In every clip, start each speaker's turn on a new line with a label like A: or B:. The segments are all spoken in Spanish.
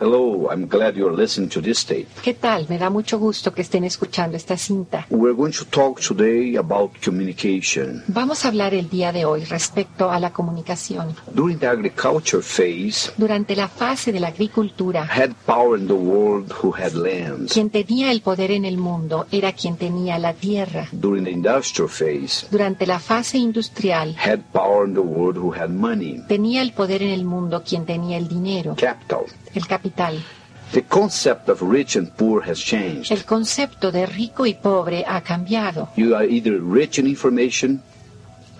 A: Hello, I'm glad you're listening to this tape.
B: ¿Qué tal? Me da mucho gusto que estén escuchando esta cinta.
A: We're going to talk today about communication.
B: Vamos a hablar el día de hoy respecto a la comunicación.
A: During the agriculture phase,
B: Durante la fase de la agricultura,
A: had power in the world who had lands.
B: quien tenía el poder en el mundo era quien tenía la tierra.
A: During the industrial phase,
B: Durante la fase industrial,
A: had power in the world who had money,
B: tenía el poder en el mundo quien tenía el dinero,
A: capital.
B: el capital.
A: The concept of rich and poor has changed.
B: El concepto de rico y pobre ha cambiado.
A: You are either rich in information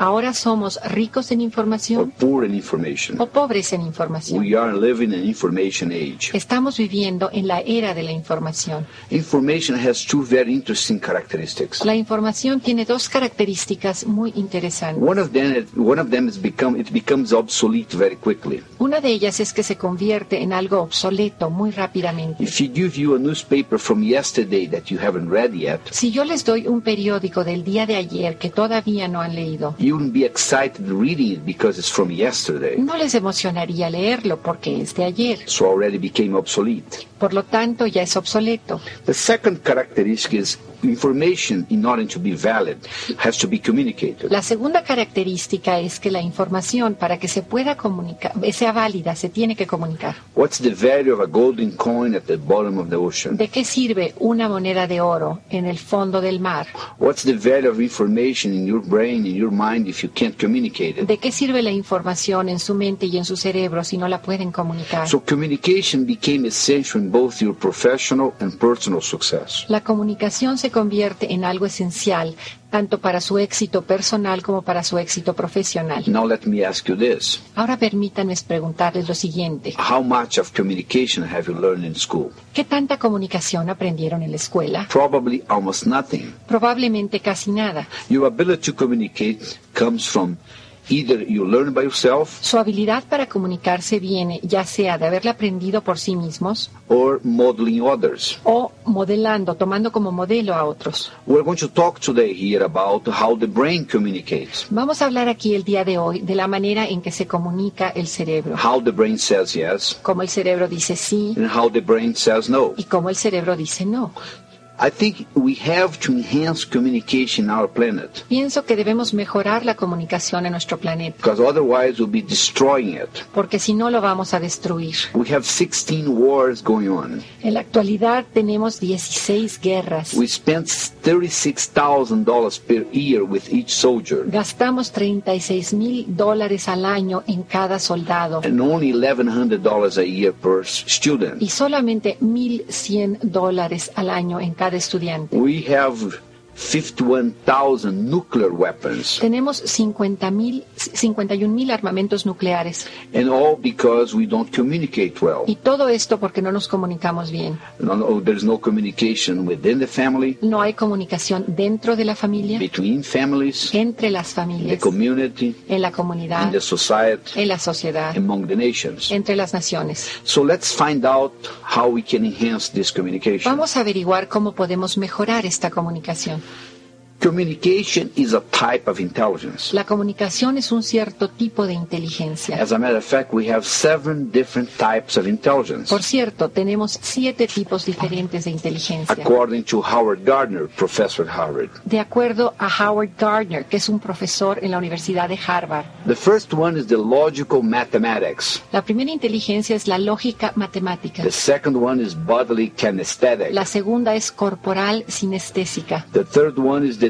B: Ahora somos ricos en
A: or
B: información
A: poor in information.
B: o pobres en información.
A: We are living in information age.
B: Estamos viviendo en la era de la información.
A: Information has two very interesting characteristics.
B: La información tiene dos características muy interesantes.
A: One of them, one of them is become it becomes obsolete very quickly.
B: Una de ellas es que se convierte en algo obsoleto muy rápidamente.
A: If you give you a newspaper from yesterday that you haven't read yet,
B: Si yo les doy un periódico del día de ayer que todavía no han leído,
A: you will be excited reading it because it's from yesterday.
B: no les emocionaría leerlo porque es de ayer.
A: So already became obsolete.
B: Por lo tanto, ya es obsoleto.
A: The second characteristic is information, in order to be valid, has to be communicated.
B: La segunda característica es que la información para que se pueda comunicar, sea válida, se tiene que comunicar.
A: What's the value of a golden coin at the bottom of the ocean?
B: ¿De qué sirve una moneda de oro en el fondo del mar?
A: What's the value of information in your brain, in your mind, if you can't communicate it?
B: ¿De qué sirve la información en su mente y en su cerebro si no la pueden comunicar?
A: So communication became essential in both your professional and personal success.
B: La comunicación se convierte en algo esencial, tanto para su éxito personal como para su éxito profesional.
A: Now let me ask you this.
B: Ahora permítanme preguntarles lo siguiente.
A: How much of communication have you learned in school?
B: ¿Qué tanta comunicación aprendieron en la escuela?
A: Probably almost nothing.
B: Probablemente casi nada.
A: Your ability to communicate comes from either you learn by yourself
B: Su habilidad para comunicarse viene ya sea de haberla aprendido por sí mismos
A: or modeling others.
B: o modelando, tomando como modelo a otros.
A: We're going to talk today here about how the brain communicates,
B: Vamos a hablar aquí el día de hoy de la manera en que se comunica el cerebro,
A: how the brain says yes
B: cómo el cerebro dice sí
A: and how the brain says no.
B: y cómo el cerebro dice no.
A: I think we have to enhance communication in our planet
B: Pienso que debemos mejorar la comunicación en nuestro planeta,
A: because otherwise we'll be destroying it.
B: porque si no lo vamos a destruir.
A: We have 16 wars going on.
B: En la actualidad tenemos 16 guerras.
A: We spend $36,000 per year with each soldier,
B: Gastamos 36 mil dólares al año en cada soldado.
A: and only $1,100 a year per s-
B: y
A: student.
B: solamente 1.100 dólares al año en cada estudiante.
A: We have 51,000 nuclear weapons,
B: Tenemos 50.000, 51.000 armamentos nucleares
A: and all because we don't communicate well.
B: y todo esto porque no nos comunicamos bien.
A: No, no, there's no communication within the family,
B: No hay comunicación dentro de la familia,
A: between families,
B: entre las
A: in the
B: familias,
A: community,
B: en la
A: in
B: comunidad,
A: the society,
B: en la sociedad,
A: among the nations.
B: entre las naciones.
A: So let's find out how we can enhance this communication.
B: Vamos a averiguar cómo podemos mejorar esta comunicación.
A: Communication is a type of intelligence.
B: La comunicación es un cierto tipo de inteligencia.
A: As a matter of fact, we have seven different types of intelligence,
B: Por cierto, tenemos siete tipos diferentes de inteligencia.
A: according to Howard Gardner, professor at Harvard.
B: De acuerdo a Howard Gardner, que es un profesor en la Universidad de Harvard,
A: The first one is the logical mathematics.
B: la primera inteligencia es la lógica matemática,
A: The second one is bodily kinesthetic.
B: la segunda es corporal sinestésica,
A: The third one is the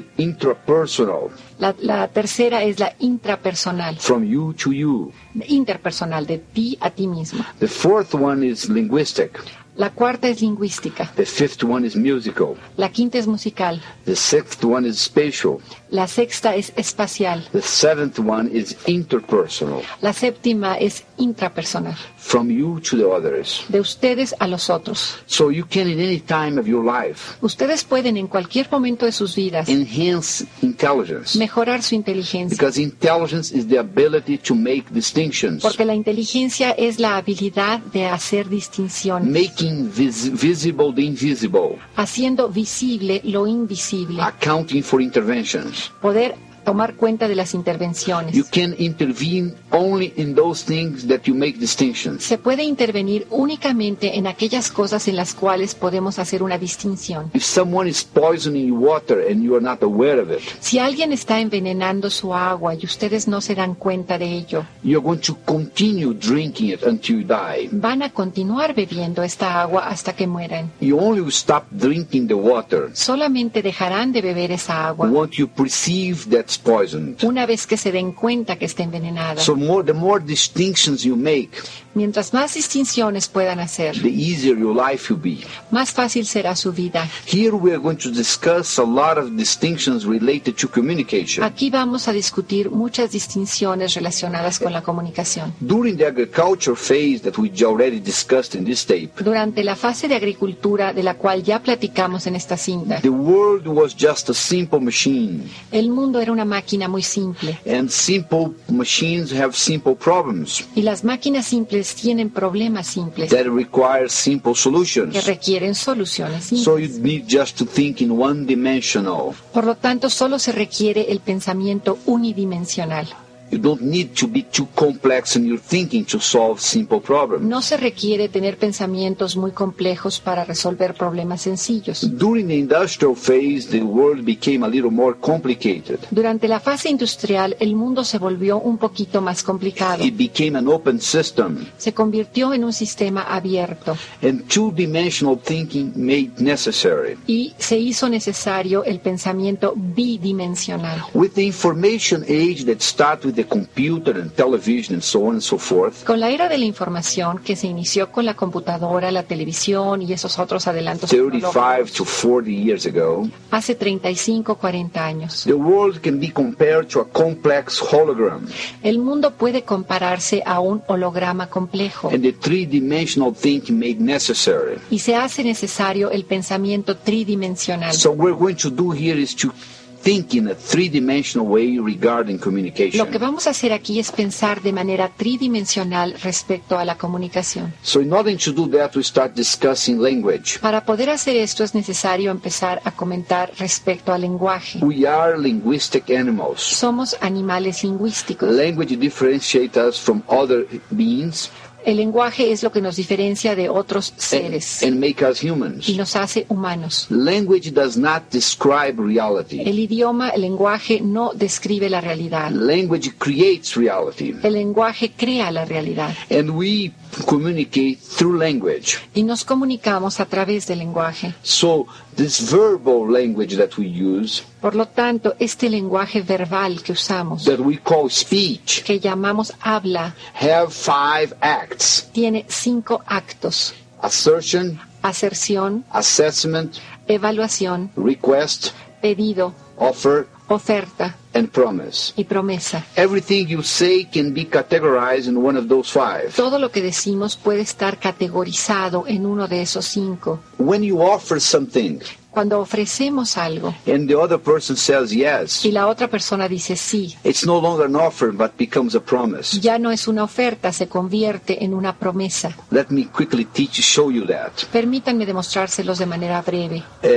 A: intrapersonal,
B: la, la tercera es la intrapersonal,
A: from you to you.
B: interpersonal, de ti a ti mismo,
A: The fourth one is linguistic.
B: la cuarta es lingüística,
A: The fifth one is musical.
B: la quinta es musical,
A: The sixth one is spatial.
B: la sexta es espacial,
A: The seventh one is interpersonal,
B: la séptima es intrapersonal,
A: from you to the others.
B: de ustedes a los otros.
A: So you can, in any time of your life,
B: Ustedes pueden en cualquier momento de sus vidas
A: enhance intelligence.
B: mejorar su inteligencia.
A: Because intelligence is the ability to make distinctions,
B: Porque la inteligencia es la habilidad de hacer distinción,
A: making vis- visible the invisible,
B: haciendo visible lo invisible,
A: accounting for interventions.
B: poder tomar cuenta de las intervenciones.
A: You can intervene only in those things that you make distinctions.
B: Se puede intervenir únicamente en aquellas cosas en las cuales podemos hacer una distinción.
A: If someone is poisoning your water and you are not aware of it,
B: Si alguien está envenenando su agua y ustedes no se dan cuenta de ello,
A: you're going to continue drinking it until you die.
B: van a continuar bebiendo esta agua hasta que mueran.
A: You only will stop drinking the water
B: Solamente dejarán de beber esa agua
A: once you perceive that's poisoned.
B: una vez que se den cuenta que está envenenada.
A: So more, the more distinctions you make,
B: Mientras más distinciones puedan hacer,
A: the easier your life will be.
B: más fácil será su vida.
A: Here we are going to discuss a lot of distinctions related to communication.
B: Aquí vamos a discutir muchas distinciones relacionadas con la comunicación.
A: During the agriculture phase that we already discussed in this tape,
B: Durante la fase de agricultura de la cual ya platicamos en esta cinta,
A: the world was just a simple machine,
B: el mundo era una máquina muy simple
A: and simple machines have simple problems
B: y las máquinas simples tienen problemas simples
A: that require simple
B: que
A: solutions.
B: requieren soluciones
A: So
B: simples.
A: you need just to think in one dimensional.
B: Por lo tanto, solo se requiere el pensamiento unidimensional.
A: You don't need to be too complex in your thinking to solve simple problems.
B: No se requiere tener pensamientos muy complejos para resolver problemas sencillos.
A: During the industrial phase, the world became a little more complicated.
B: Durante la fase industrial, el mundo se volvió un poquito más complicado.
A: It became an open system,
B: Se convirtió en un sistema abierto
A: and two dimensional thinking made necessary.
B: y se hizo necesario el pensamiento bidimensional.
A: With the information age that started with the computer and television and so on and so forth,
B: Con la era de la información que se inició con la computadora, la televisión y esos otros adelantos tecnológicos
A: 35 to 40 years ago,
B: hace 35, 40 años,
A: the world can be compared to a complex hologram,
B: el mundo puede compararse a un holograma complejo
A: and the three dimensional thinking made necessary.
B: y se hace necesario el pensamiento tridimensional.
A: So what we're going to do here is to think in a three-dimensional way regarding
B: Lo que
A: communication.
B: vamos a hacer aquí es pensar de manera tridimensional respecto a la comunicación.
A: So in order to do that, we start discussing language.
B: Para poder hacer esto es necesario empezar a comentar respecto al lenguaje.
A: We are linguistic animals.
B: Somos animales lingüísticos.
A: Language differentiates us from other beings
B: El lenguaje es lo que nos diferencia de otros
A: and,
B: seres
A: and make us
B: y
A: humans.
B: nos hace humanos.
A: Language does not describe reality.
B: El idioma, el lenguaje no describe la realidad.
A: Language creates reality.
B: El lenguaje crea la realidad
A: And we communicate through language.
B: y nos comunicamos a través del lenguaje.
A: So this verbal language that we use,
B: Por lo tanto, este lenguaje verbal que usamos,
A: that we call speech,
B: que llamamos habla,
A: have five acts
B: tiene cinco actos.
A: assertion,
B: Aserción,
A: assessment,
B: evaluación,
A: request,
B: pedido,
A: offer,
B: oferta
A: and promise.
B: y promesa.
A: Everything you say can be categorized in one of those five.
B: Todo lo que decimos puede estar categorizado en uno de esos cinco.
A: When you offer something
B: Cuando ofrecemos algo
A: and the other person says yes,
B: y la otra persona dice sí,
A: it's no longer an offer but becomes a promise.
B: ya no es una oferta, se convierte en una promesa.
A: Let me quickly teach show you that.
B: Permítanme demostrárselos de manera breve.
A: Uh,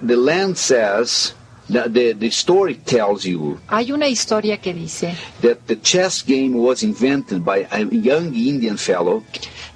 A: uh, the land says that the, the story tells you
B: Hay una historia que dice
A: that the chess game was invented by a young Indian fellow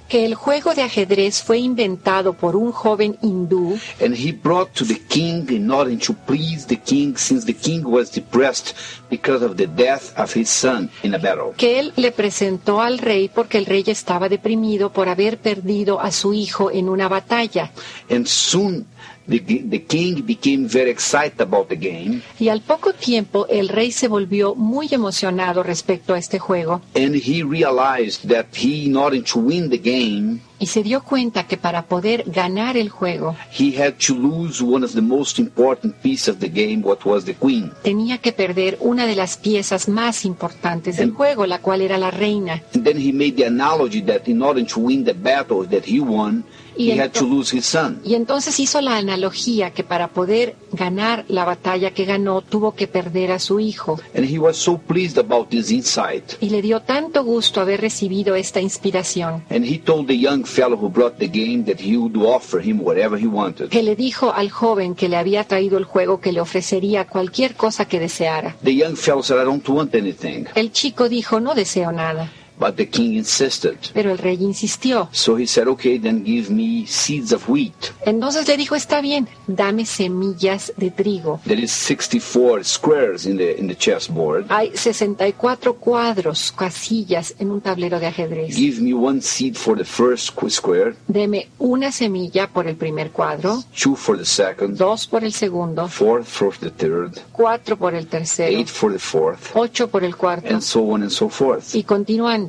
B: que el juego de ajedrez fue inventado por un joven hindú
A: And he brought to the king in order to please the king, since the king was depressed because of the death of his son in a battle.
B: que él le presentó al rey porque el rey estaba deprimido por haber perdido a su hijo en una batalla.
A: And soon the, the king became very excited about the game,
B: Y al poco tiempo el rey se volvió muy emocionado respecto a este juego
A: and he realized that he, in order to win the game,
B: y se dio cuenta que para poder ganar el juego
A: he had to lose one of the most important pieces of the game, what was the queen.
B: tenía que perder una de las piezas más importantes del juego, la cual era la reina.
A: And then he made the analogy that in order to win the battle that he won, he
B: Y
A: had to
B: ento-
A: lose his son.
B: Y entonces hizo la analogía que para poder ganar la batalla que ganó tuvo que perder a su hijo.
A: And he was so pleased about this insight.
B: Y le dio tanto gusto haber recibido esta inspiración
A: And he told the young fellow who brought the game that he would offer him whatever he wanted.
B: que le dijo al joven que le había traído el juego que le ofrecería cualquier cosa que deseara.
A: The young fellow said, I don't want anything.
B: El chico dijo, no deseo nada,
A: But the king insisted.
B: pero el rey insistió.
A: So he said, Okay, then give me seeds of wheat.
B: Entonces le dijo, está bien, dame semillas de trigo.
A: There is 64 squares in the, in the chessboard.
B: Hay 64 cuadros, casillas en un tablero de ajedrez.
A: Give me one seed for the first squ- square,
B: Deme una semilla por el primer cuadro,
A: two for the second,
B: dos por el segundo,
A: four for the third,
B: cuatro por el tercero,
A: eight for the fourth,
B: ocho por el cuarto,
A: and so on and so forth.
B: y continuando.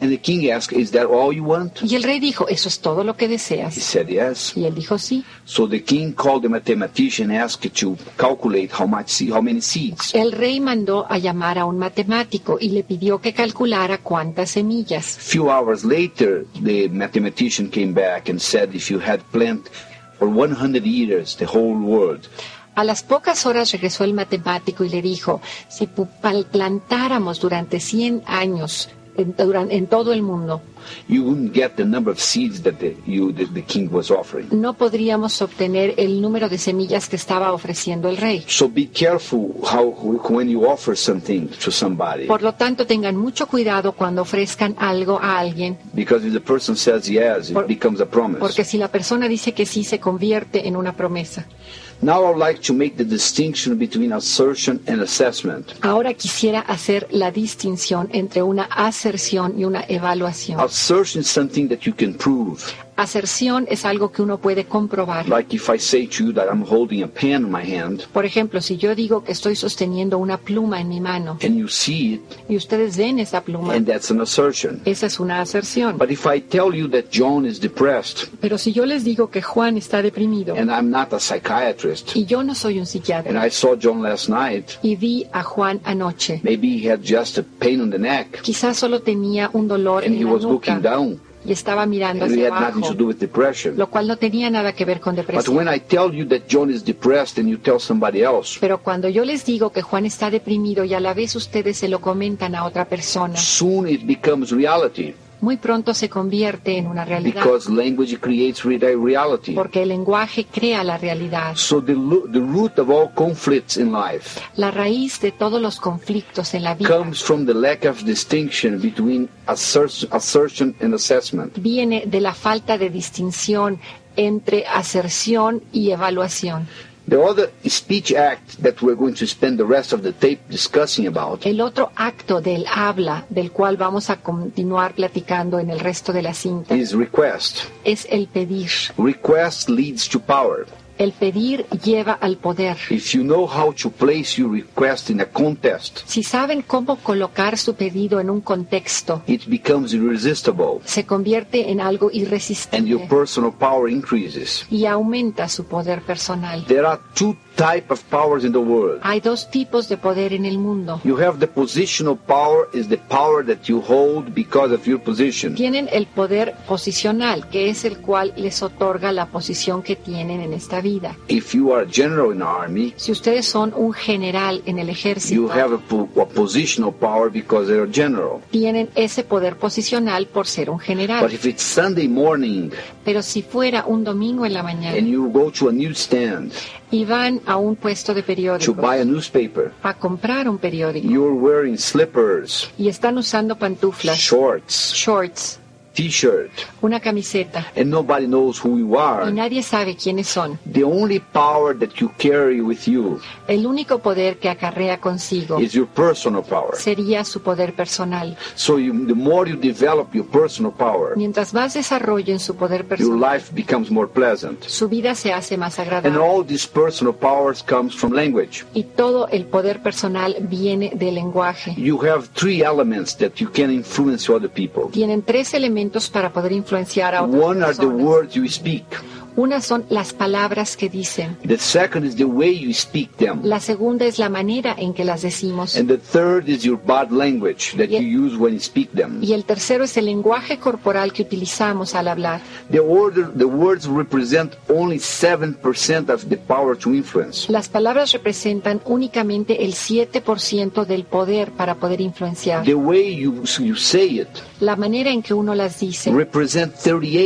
A: And the king asked, Is that all you want?
B: Y el rey dijo, eso es todo lo que
A: He
B: deseas.
A: said, Yes.
B: Y él dijo, sí.
A: So the king called the mathematician and asked to calculate how much se- how many seeds.
B: El rey mandó a llamar a un matemático y le pidió que calculara cuántas semillas.
A: Few hours later, the mathematician came back and said, if you had planned for 100 years the whole world,
B: A las pocas horas regresó el matemático y le dijo, si pu- pal- plantáramos durante 100 años en, duran- en todo el mundo,
A: you wouldn't get the number of seeds that the, you, the, the king was offering.
B: no podríamos obtener el número de semillas que estaba ofreciendo el rey.
A: So be careful how when you offer something to somebody,
B: Por lo tanto, tengan mucho cuidado cuando ofrezcan algo a alguien,
A: because if the person says yes,
B: Por-
A: it becomes a promise.
B: porque si la persona dice que sí, se convierte en una promesa.
A: Now I'd like to make the distinction between assertion and assessment.
B: Ahora quisiera hacer la distinción entre una aserción y una
A: Ah.
B: evaluación.
A: Assertion is something that you can prove.
B: Aserción es algo que uno puede comprobar.
A: Like if I say to you that I'm holding a pen in my hand
B: Por ejemplo, si yo digo que estoy sosteniendo una pluma en mi mano
A: and you see it,
B: y ustedes ven esa pluma,
A: and that's an assertion.
B: esa es una aserción.
A: But if I tell you that John is depressed
B: Pero si yo les digo que Juan está deprimido
A: and I'm not a psychiatrist
B: y yo no soy un
A: and
B: psiquiatra
A: I saw John last night,
B: y vi a Juan anoche,
A: maybe he had just a pain on the neck
B: quizás solo tenía un dolor
A: and
B: en
A: he
B: la
A: was looking
B: nuca
A: down
B: y estaba mirando
A: and it
B: hacia
A: had nothing
B: abajo,
A: to do with depression.
B: lo cual no tenía nada que ver con
A: But
B: depresión.
A: when I tell you that John is depressed and you tell somebody else,
B: Pero cuando yo les digo que Juan está deprimido y a la vez ustedes se lo comentan a otra persona,
A: soon it becomes reality
B: muy pronto se convierte en una realidad,
A: because language creates re- uh, reality.
B: porque el lenguaje crea la realidad.
A: So the, lo- the root of all conflicts in life
B: La raíz de todos los conflictos en la vida
A: comes from the lack of distinction between asser- assertion and assessment.
B: viene de la falta de distinción entre aserción y evaluación.
A: The other speech act that we're going to spend the rest of the tape discussing about
B: El otro acto del habla, del cual vamos a continuar platicando en el resto de la cinta,
A: is request.
B: es el pedir.
A: Request leads to power.
B: El pedir lleva al poder.
A: If you know how to place your request in a contest,
B: Si saben cómo colocar su pedido en un contexto,
A: it becomes irresistible
B: se convierte en algo
A: and your
B: irresistible
A: personal power increases.
B: y aumenta su poder personal.
A: There are two types of powers in the world.
B: Hay dos tipos de poder en el mundo.
A: You have the positional power is the power that you hold because of your position.
B: Tienen el poder posicional, que es el cual les otorga la posición que tienen en esta vida.
A: If you are a general in the army,
B: Si ustedes son un general en el
A: you
B: ejército,
A: have a, po- a positional power because they're a general.
B: tienen ese poder posicional por ser un
A: But
B: general.
A: if it's Sunday morning
B: Pero si fuera un domingo en la
A: and
B: mañana
A: you go to a newsstand
B: y van a un puesto de
A: to
B: periódico
A: buy a newspaper,
B: a comprar un periódico
A: you're wearing slippers,
B: y están usando pantuflas,
A: shorts,
B: shorts,
A: t-shirt,
B: una camiseta
A: and nobody knows who you
B: y
A: are.
B: nadie sabe quiénes son,
A: The only power that you carry with you
B: el único poder que acarrea consigo
A: is your personal power.
B: sería su poder personal.
A: So you, the more you develop your personal power,
B: Mientras más desarrollen su poder
A: your
B: personal,
A: life becomes more pleasant.
B: su vida se hace más
A: And
B: agradable.
A: all these personal powers comes from language.
B: Y todo el poder personal viene del lenguaje.
A: You have three elements that you can influence other people.
B: Tienen tres elementos para poder influenciar a otras
A: One are the
B: personas.
A: words you speak.
B: Una son las palabras que dicen.
A: The second is the way you speak them.
B: La segunda es la manera en que las decimos.
A: And the third is your body language that you use when you speak them.
B: Y el tercero es el lenguaje corporal que utilizamos al hablar.
A: The order, the words represent only 7% of the power to influence.
B: Las palabras representan únicamente el 7% del poder para poder influenciar.
A: The way you, you say it
B: La manera en que uno las dice
A: represent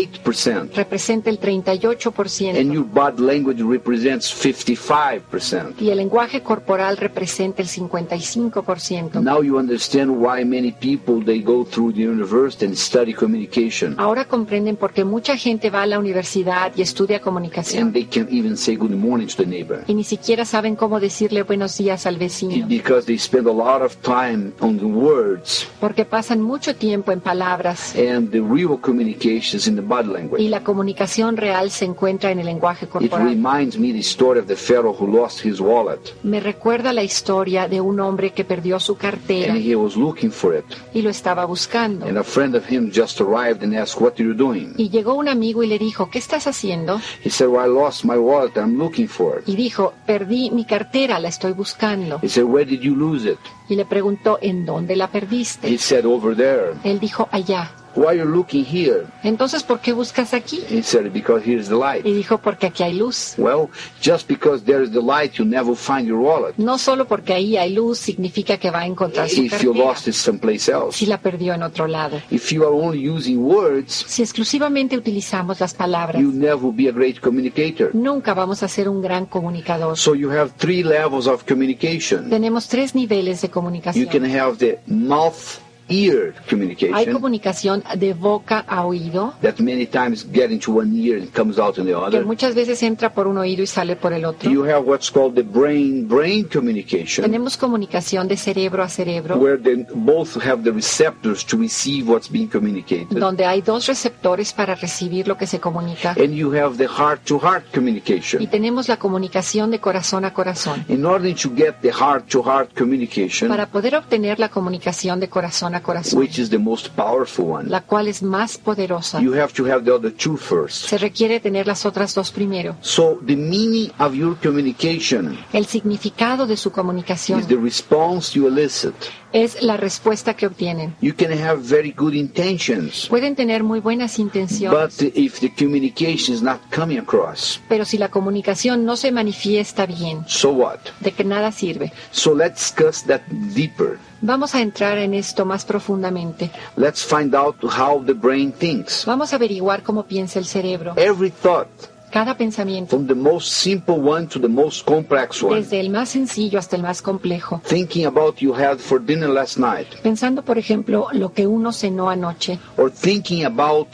A: 38%.
B: representa el
A: And
B: 38%
A: your body language represents 55%.
B: y el lenguaje corporal representa el 55%.
A: Now you understand why many people they go through the university and study communication
B: Ahora comprenden por qué mucha gente va a la universidad y estudia
A: and
B: comunicación
A: they can't even say good morning to the neighbor
B: y ni siquiera saben cómo decirle buenos días al vecino,
A: because they spend a lot of time on the words
B: porque pasan mucho tiempo en palabras
A: and the real communications in the body
B: y
A: language.
B: la comunicación real se encuentra en el lenguaje
A: It
B: corporal.
A: reminds me the story of the Pharaoh who lost his wallet
B: Me recuerda la historia de un hombre que perdió su cartera
A: and he was looking for it.
B: y lo estaba buscando.
A: And a friend of him just arrived and asked, What are you doing?
B: Y llegó un amigo y le dijo, ¿qué estás haciendo?
A: He said, Well, I lost my wallet. I'm looking for it.
B: Y dijo, perdí mi cartera, la estoy buscando.
A: He said, Where did you lose it?
B: Y le preguntó, ¿en dónde la
A: He
B: perdiste?
A: said, Over there.
B: Él dijo, allá.
A: Why are you looking here?
B: Entonces, ¿por qué buscas aquí?
A: He said, Because here's the
B: Y
A: light.
B: dijo, porque aquí hay luz.
A: Well, just because there is the light, you never find your wallet.
B: No solo porque ahí hay luz significa que va a encontrar su
A: If you
B: cartera,
A: lost it someplace else.
B: si la perdió en otro lado.
A: If you are only using words,
B: Si exclusivamente utilizamos las palabras,
A: you never will be a great communicator.
B: nunca vamos a ser un gran comunicador.
A: So you have three levels of communication.
B: Tenemos tres niveles de
A: You can
B: comunicación.
A: have the mouth ear
B: Hay
A: communication
B: comunicación de boca a oído,
A: that many times get into one ear and comes out in the
B: que
A: other.
B: muchas veces entra por un oído y sale por el otro.
A: You have what's called the brain brain communication
B: Tenemos comunicación de cerebro a cerebro,
A: where they both have the receptors to receive what's being communicated.
B: donde hay dos receptores para recibir lo que se comunica.
A: And you have the heart to heart
B: Y
A: communication.
B: tenemos la comunicación de corazón a corazón.
A: In order to get the heart to heart communication,
B: Para poder obtener la comunicación de corazón a corazón,
A: which is the most powerful one,
B: la cual es más poderosa,
A: you have to have the other two first.
B: se requiere tener las otras dos primero.
A: So the meaning of your communication
B: El significado de su
A: is the
B: comunicación
A: response you elicit.
B: es la respuesta que obtienen.
A: You can have very good intentions,
B: Pueden tener muy buenas intenciones,
A: but if the communication is not coming across,
B: pero si la comunicación no se manifiesta bien,
A: so what?
B: de que nada sirve.
A: So let's discuss that deeper.
B: Vamos a entrar en esto más profundamente.
A: Let's find out how the brain thinks.
B: Vamos a averiguar cómo piensa el cerebro.
A: Every thought,
B: Cada pensamiento,
A: from the most simple one to the most complex one.
B: desde el más sencillo hasta el más complejo.
A: Thinking about you had for dinner last night,
B: Pensando, por ejemplo, lo que uno cenó anoche,
A: or thinking about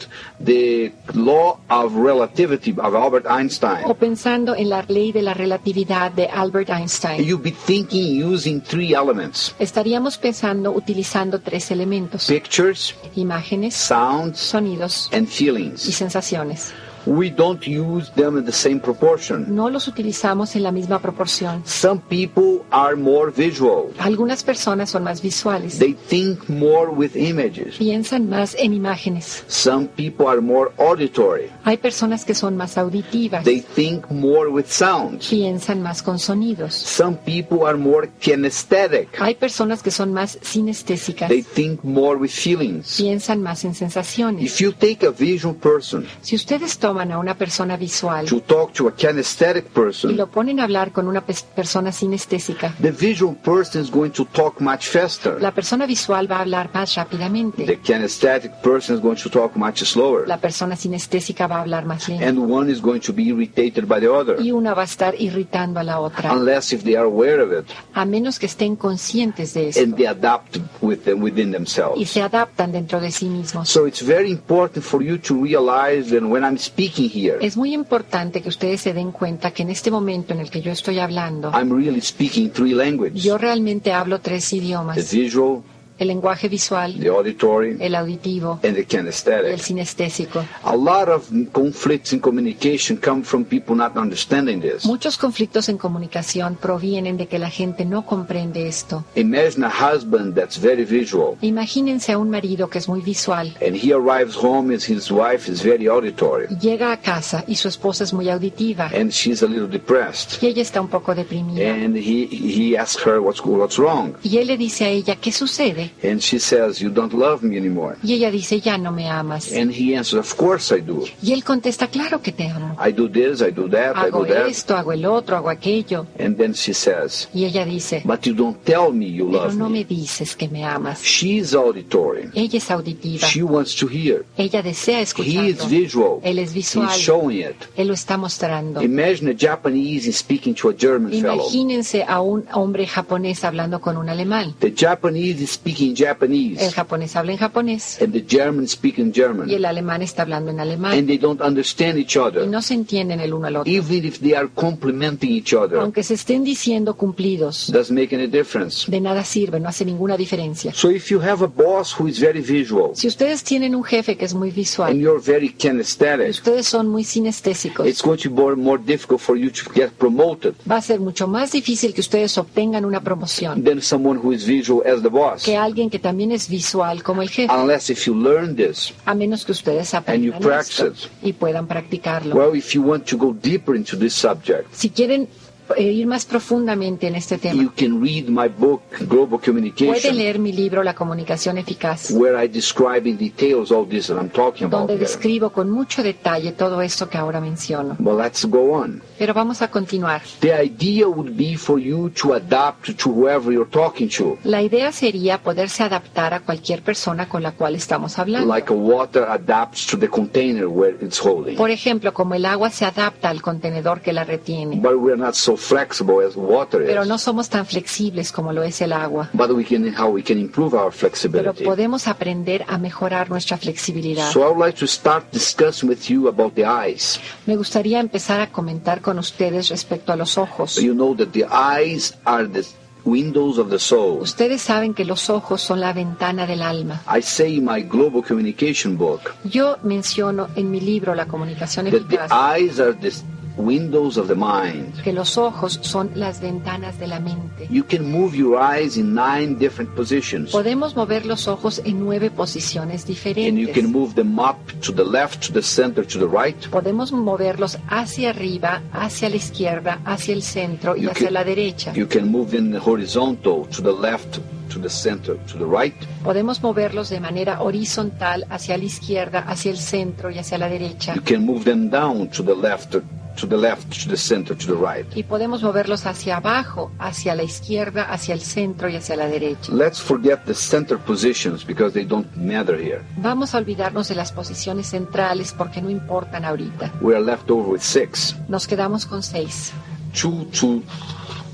A: the law of relativity of Albert Einstein.
B: o pensando en la ley de la relatividad de Albert Einstein,
A: You'll be thinking using three elements
B: estaríamos pensando utilizando tres elementos,
A: pictures,
B: imágenes,
A: sounds,
B: sonidos
A: and
B: y
A: feelings.
B: sensaciones.
A: We don't use them in the same proportion.
B: No los utilizamos en la misma proporción.
A: Some people are more visual,
B: Algunas personas son más visuales,
A: they think more with images.
B: piensan más en imágenes.
A: Some people are more auditory.
B: Hay personas que son más auditivas,
A: They think more with sounds.
B: piensan más con sonidos.
A: Some people are more kinesthetic.
B: Hay personas que son más sinestésicas,
A: They think more with feelings.
B: piensan más en sensaciones.
A: If you take a visual person
B: Si ustedes toman a una persona visual
A: to talk to a kinesthetic
B: y
A: person,
B: lo ponen a hablar con una pes- persona sinestésica,
A: the visual person is going to talk much faster.
B: la persona visual va a hablar más
A: The
B: rápidamente,
A: kinesthetic person is going to talk much slower.
B: la persona sinestésica va a hablar más lento
A: And one is going to be irritated by the other,
B: y una va a estar irritando a la otra,
A: unless if they are aware of it
B: a menos que estén conscientes de eso
A: and they adapt with them, within
B: y
A: themselves.
B: se adaptan dentro de sí mismos.
A: So it's very important for you to realize that when I'm speaking here,
B: Es muy importante que ustedes se den cuenta que en este momento en el que yo estoy hablando,
A: I'm really speaking three languages.
B: yo realmente hablo tres
A: the
B: idiomas,
A: visual,
B: el lenguaje visual,
A: the auditory,
B: el auditivo,
A: and the
B: el
A: kinesthetic.
B: sinestésico.
A: A lot of conflicts in communication come from people not understanding this.
B: Muchos conflictos en comunicación provienen de que la gente no comprende esto.
A: Imagine a husband that's very visual,
B: Imagínense a un marido que es muy visual
A: and he arrives home and his wife is very auditory,
B: y llega a casa y su esposa es muy auditiva
A: and she's a little depressed.
B: y ella está un poco deprimida.
A: And he, he asks her what's, what's wrong.
B: Y él le dice a ella, ¿qué sucede?
A: And she says, You don't love me anymore.
B: Y ella dice, ya no me amas.
A: And he answers, Of course I do.
B: Y él contesta, claro que te amo.
A: I do this, I do that, I
B: Hago
A: do that.
B: esto, hago el otro, hago aquello.
A: And then she says,
B: Y ella dice,
A: But you don't tell me you
B: pero
A: love
B: no me
A: me.
B: dices que me amas.
A: She's auditory.
B: Ella es auditiva.
A: She wants to hear.
B: Ella desea
A: He is
B: escucharlo.
A: visual.
B: Él es
A: He's
B: visual.
A: showing it.
B: Él lo está mostrando.
A: Imagine a Japanese speaking to a German fellow.
B: Imagínense a un hombre japonés hablando con un alemán.
A: The Japanese is speaking
B: El
A: Japanese,
B: japonés habla en japonés
A: and the German speaking
B: y
A: German,
B: el alemán está hablando en
A: and
B: alemán.
A: they don't understand each
B: Y
A: other,
B: no se entienden el uno al otro.
A: even if they are complementing each other.
B: Aunque se estén diciendo cumplidos,
A: Doesn't make any difference.
B: de nada sirve, no hace ninguna diferencia.
A: So if you have a boss who is very visual
B: Si ustedes tienen un jefe que es muy
A: and
B: visual,
A: you're very
B: y
A: kinesthetic,
B: ustedes son muy sinestésicos,
A: it's going to be more, more difficult for you to get promoted
B: va a ser mucho más difícil que ustedes obtengan una promoción
A: than someone who is visual as the boss.
B: que alguien que también es visual como el jefe,
A: Unless if you learn this.
B: a menos que ustedes
A: Ah. you
B: aprendan
A: practice
B: esto y puedan practicarlo.
A: Well, if you want to go deeper into this subject,
B: Si quieren eh, ir más profundamente en este tema,
A: you can read my book, Global
B: Pueden
A: Communication,
B: leer mi libro La comunicación eficaz,
A: where I describe in details all this that I'm talking about
B: donde
A: here.
B: describo con mucho detalle todo esto que ahora menciono.
A: But let's go on.
B: Pero vamos a continuar.
A: The idea would be for you to adapt to whoever you're talking to,
B: La idea sería poderse adaptar a cualquier persona con la cual estamos hablando.
A: like a water adapts to the container where it's holding.
B: Por ejemplo, como el agua se adapta al contenedor que la retiene,
A: But we're not so flexible as water
B: pero
A: is.
B: no somos tan flexibles como lo es el agua.
A: But we can how we can improve our
B: Pero
A: flexibility.
B: podemos aprender a mejorar nuestra flexibilidad.
A: So I would like to start discussing with you about the eyes.
B: Me gustaría empezar a comentar con ustedes respecto a los ojos.
A: You know that the eyes are the windows of the soul.
B: Ustedes saben que los ojos son la ventana del alma.
A: I say in my global communication book
B: Yo menciono en mi libro La comunicación
A: that the
B: eficaz
A: eyes are the windows of the mind.
B: que los ojos son las ventanas de la mente.
A: You can move your eyes in nine different positions.
B: Podemos mover los ojos en nueve posiciones
A: And you can
B: diferentes.
A: move them up to the left, to the center, to the right.
B: Podemos moverlos hacia arriba, hacia la izquierda, hacia el centro y
A: You
B: hacia
A: can-
B: la derecha.
A: You can move them horizontal, to the left, to the center, to the right.
B: Podemos moverlos de manera horizontal hacia la izquierda, hacia el centro y hacia la derecha.
A: You can move them down to the left, to the left, to the center, to the right.
B: Y podemos moverlos hacia abajo, hacia la izquierda, hacia el centro y hacia la derecha.
A: Let's forget the center positions because they don't matter here.
B: Vamos a olvidarnos de las posiciones centrales porque no importan ahorita.
A: We are left over with six.
B: Nos quedamos con seis.
A: Two, two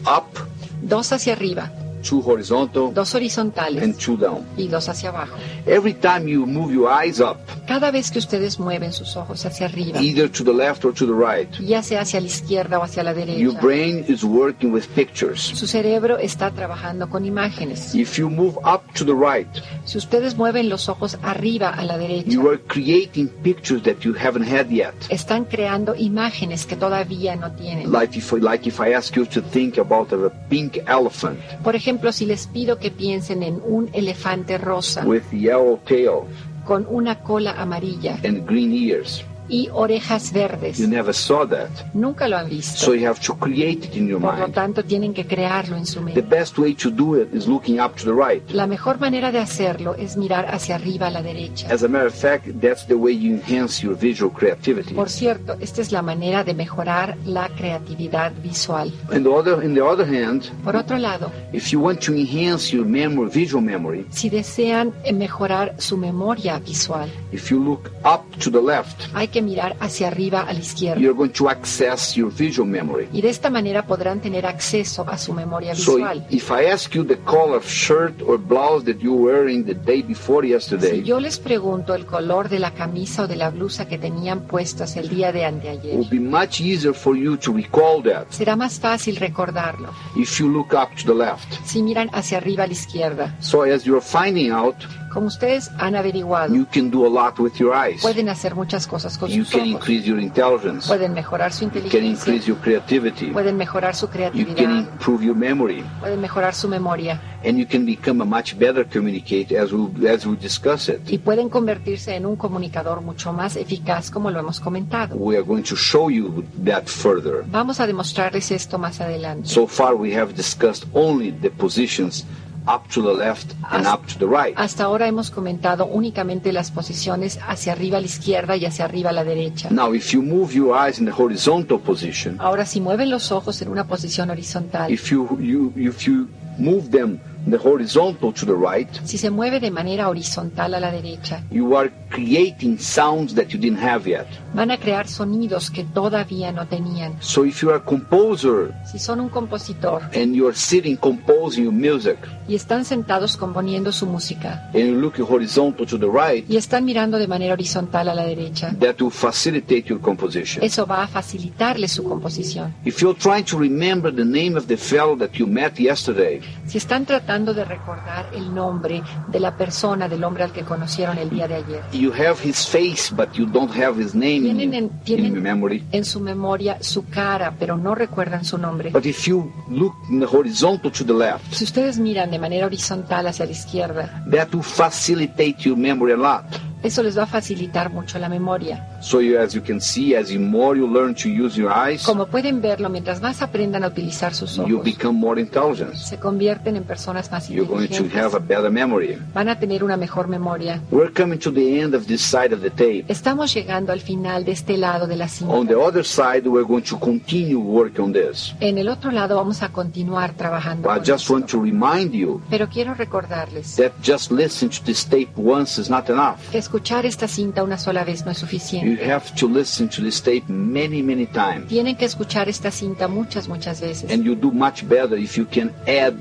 A: up,
B: Dos hacia arriba,
A: two horizontal,
B: dos horizontales
A: and two down.
B: y dos hacia abajo.
A: Every time you move your eyes up,
B: Cada vez que ustedes mueven sus ojos hacia arriba,
A: either to the left or to the right,
B: ya sea hacia la izquierda o hacia la
A: your
B: derecha,
A: brain is working with pictures.
B: su cerebro está trabajando con imágenes.
A: If you move up to the right,
B: Si ustedes mueven los ojos arriba a la derecha,
A: you are creating pictures that you haven't had yet.
B: están creando imágenes que todavía no tienen.
A: Like if, like if I ask you to think about a pink elephant
B: Por ejemplo, si les pido que piensen en un elefante rosa
A: with yellow tail
B: con una cola amarilla
A: and green ears.
B: y orejas verdes,
A: You never saw that.
B: nunca lo han visto.
A: So you have to create it in your
B: Por lo
A: mind.
B: tanto, tienen que crearlo en su
A: The
B: mente.
A: best way to do it is looking up to the right.
B: La mejor manera de hacerlo es mirar hacia arriba a la derecha.
A: As a matter of fact, that's the way you enhance your visual creativity.
B: Por cierto, esta es la manera de mejorar la creatividad visual.
A: On the other, in the other hand,
B: Por otro lado,
A: if you want to enhance your memory, visual memory,
B: si desean eh, mejorar su memoria visual,
A: if you look up to the left,
B: hay que mirar hacia arriba a la izquierda.
A: you're going to access your visual memory.
B: Y de esta manera podrán tener acceso a su memoria
A: So
B: visual.
A: if I ask you the color of shirt or blouse that you were wearing the day before
B: Si
A: yesterday,
B: yo les pregunto el color de la camisa o de la blusa que tenían puestas el día de
A: it will
B: anteayer,
A: be much easier for you to recall that
B: será más fácil recordarlo
A: if you look up to the left.
B: si miran hacia arriba a la izquierda.
A: So as you're finding out,
B: Como ustedes han averiguado,
A: you can do a lot with your eyes.
B: pueden hacer muchas cosas con
A: You
B: sus
A: can
B: ojos.
A: increase your intelligence.
B: Pueden mejorar su
A: You can
B: inteligencia,
A: increase your creativity.
B: pueden mejorar su
A: You can
B: creatividad,
A: improve your memory.
B: pueden mejorar su memoria
A: And you can become a much better communicator as we, as we discuss it.
B: y pueden convertirse en un comunicador mucho más eficaz como lo hemos comentado.
A: We are going to show you that further.
B: Vamos a demostrarles esto más adelante.
A: So far, we have discussed only the positions up to the left and
B: As-
A: up to the right.
B: Hasta ahora hemos comentado únicamente las posiciones hacia arriba a la izquierda y hacia arriba a la derecha.
A: Now, if you move your eyes in the horizontal position,
B: Ahora, si mueven los ojos en una posición horizontal,
A: if you, you, if you move them the horizontal to the right,
B: si se mueve de manera horizontal a la derecha,
A: you are creating sounds that you didn't have yet.
B: van a crear sonidos que todavía no tenían.
A: So if you are a composer
B: Si son un compositor
A: and you are sitting composing your music
B: y están sentados componiendo su música
A: and you look horizontal to the right,
B: y están mirando de manera horizontal a la derecha,
A: that will facilitate your composition.
B: eso va a facilitarles su composición.
A: If you're trying to remember the name of the fellow that you met yesterday,
B: Si están tratando de recordar el nombre de la persona, del hombre al que conocieron el día de ayer,
A: you have his face but you don't have his name in,
B: Tienen en-
A: in
B: tienen-
A: your memory.
B: en su memoria su cara, pero no recuerdan su nombre.
A: But if you look in the horizontal to the left,
B: Si ustedes miran de manera horizontal hacia la izquierda,
A: that will facilitate your memory a lot.
B: eso les va a facilitar mucho la memoria.
A: So you, as you can see, as you more you learn to use your eyes,
B: Como pueden verlo, mientras más aprendan a utilizar sus
A: you
B: ojos,
A: become more intelligent.
B: se convierten en personas más
A: You're going to
B: inteligentes,
A: have a better memory.
B: van a tener una mejor memoria.
A: We're coming to the end of this side of the tape.
B: Estamos llegando al final de este lado de la
A: On
B: cinta.
A: the other side, we're going to continue work on this.
B: En el otro lado vamos a continuar trabajando.
A: I
B: con
A: just
B: esto.
A: want to remind you
B: Pero quiero recordarles
A: that just listening to this tape once is not enough.
B: que escuchar esta cinta una sola vez no es suficiente.
A: You have to listen to this tape many, many times.
B: Tienen que escuchar esta cinta muchas, muchas veces.
A: And you do much better if you can add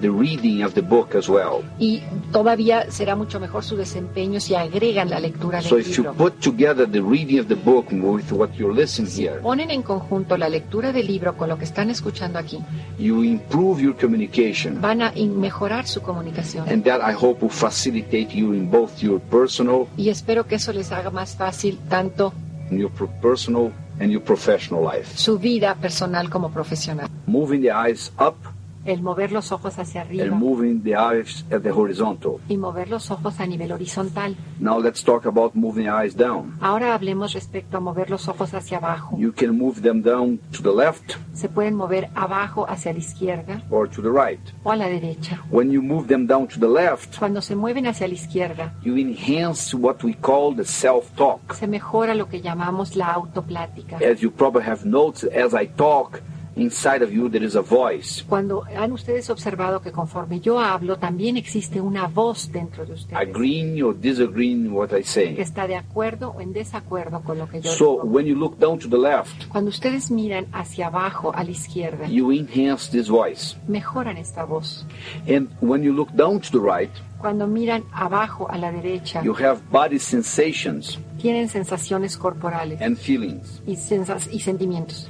A: the reading of the book as well.
B: y todavía será mucho mejor su desempeño si agregan la lectura
A: So
B: del
A: if you
B: libro.
A: put together the reading of the book with what you're listening here,
B: Ponen en conjunto la lectura del libro con lo que están escuchando aquí.
A: you improve your communication.
B: Van a in- mejorar su comunicación.
A: And that I hope will facilitate you in both your personal
B: Y espero que eso les haga más fácil tanto
A: in your pro- personal and your professional life.
B: su vida personal como profesional.
A: Moving the eyes up
B: El mover los ojos hacia
A: and
B: arriba
A: moving the eyes at the horizontal.
B: y mover los ojos a nivel horizontal.
A: Now let's talk about moving the eyes down.
B: Ahora hablemos respecto a mover los ojos hacia abajo.
A: You can move them down to the left
B: Se pueden mover abajo hacia la izquierda
A: or to the right.
B: o a la derecha.
A: When you move them down to the left,
B: Cuando se mueven hacia la izquierda,
A: you enhance what we call the self-talk.
B: se mejora lo que llamamos la autoplática.
A: As you probably have noticed, as I talk, inside of you there is a voice.
B: Cuando han ustedes observado que conforme yo hablo, también existe una voz dentro de ustedes
A: Agreeing or disagreeing what I
B: que
A: say.
B: está de acuerdo o en desacuerdo con lo que yo
A: So
B: digo.
A: when you look down to the left,
B: Cuando ustedes miran hacia abajo, a la izquierda,
A: you enhance this voice.
B: mejoran esta voz.
A: And when you look down to the right,
B: Cuando miran abajo, a la derecha,
A: you have body sensations
B: tienen sensaciones corporales
A: and feelings.
B: y, sensas- y sentimientos.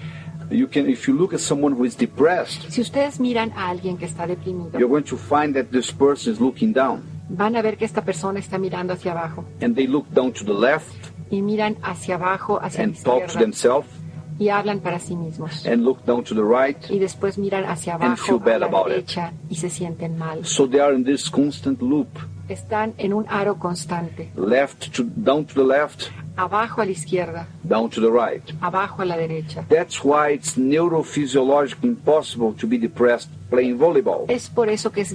A: You can, if you look at someone who is depressed,
B: Si ustedes miran a alguien que está deprimido,
A: you're going to find that this person is looking down.
B: van a ver que esta persona está mirando hacia abajo
A: And they look down to the left
B: y miran hacia abajo, hacia la
A: and talk to
B: izquierda
A: themselves,
B: y hablan para sí mismos.
A: and look down to the right.
B: y después miran hacia
A: And feel
B: abajo
A: bad
B: a la
A: about it.
B: derecha y se sienten mal.
A: So they are in this constant loop.
B: Están en un aro constante,
A: Left to down to the left,
B: abajo a la izquierda,
A: down to the right.
B: abajo a la derecha.
A: That's why it's neurophysiologically impossible to be depressed playing volleyball.
B: Es por eso que es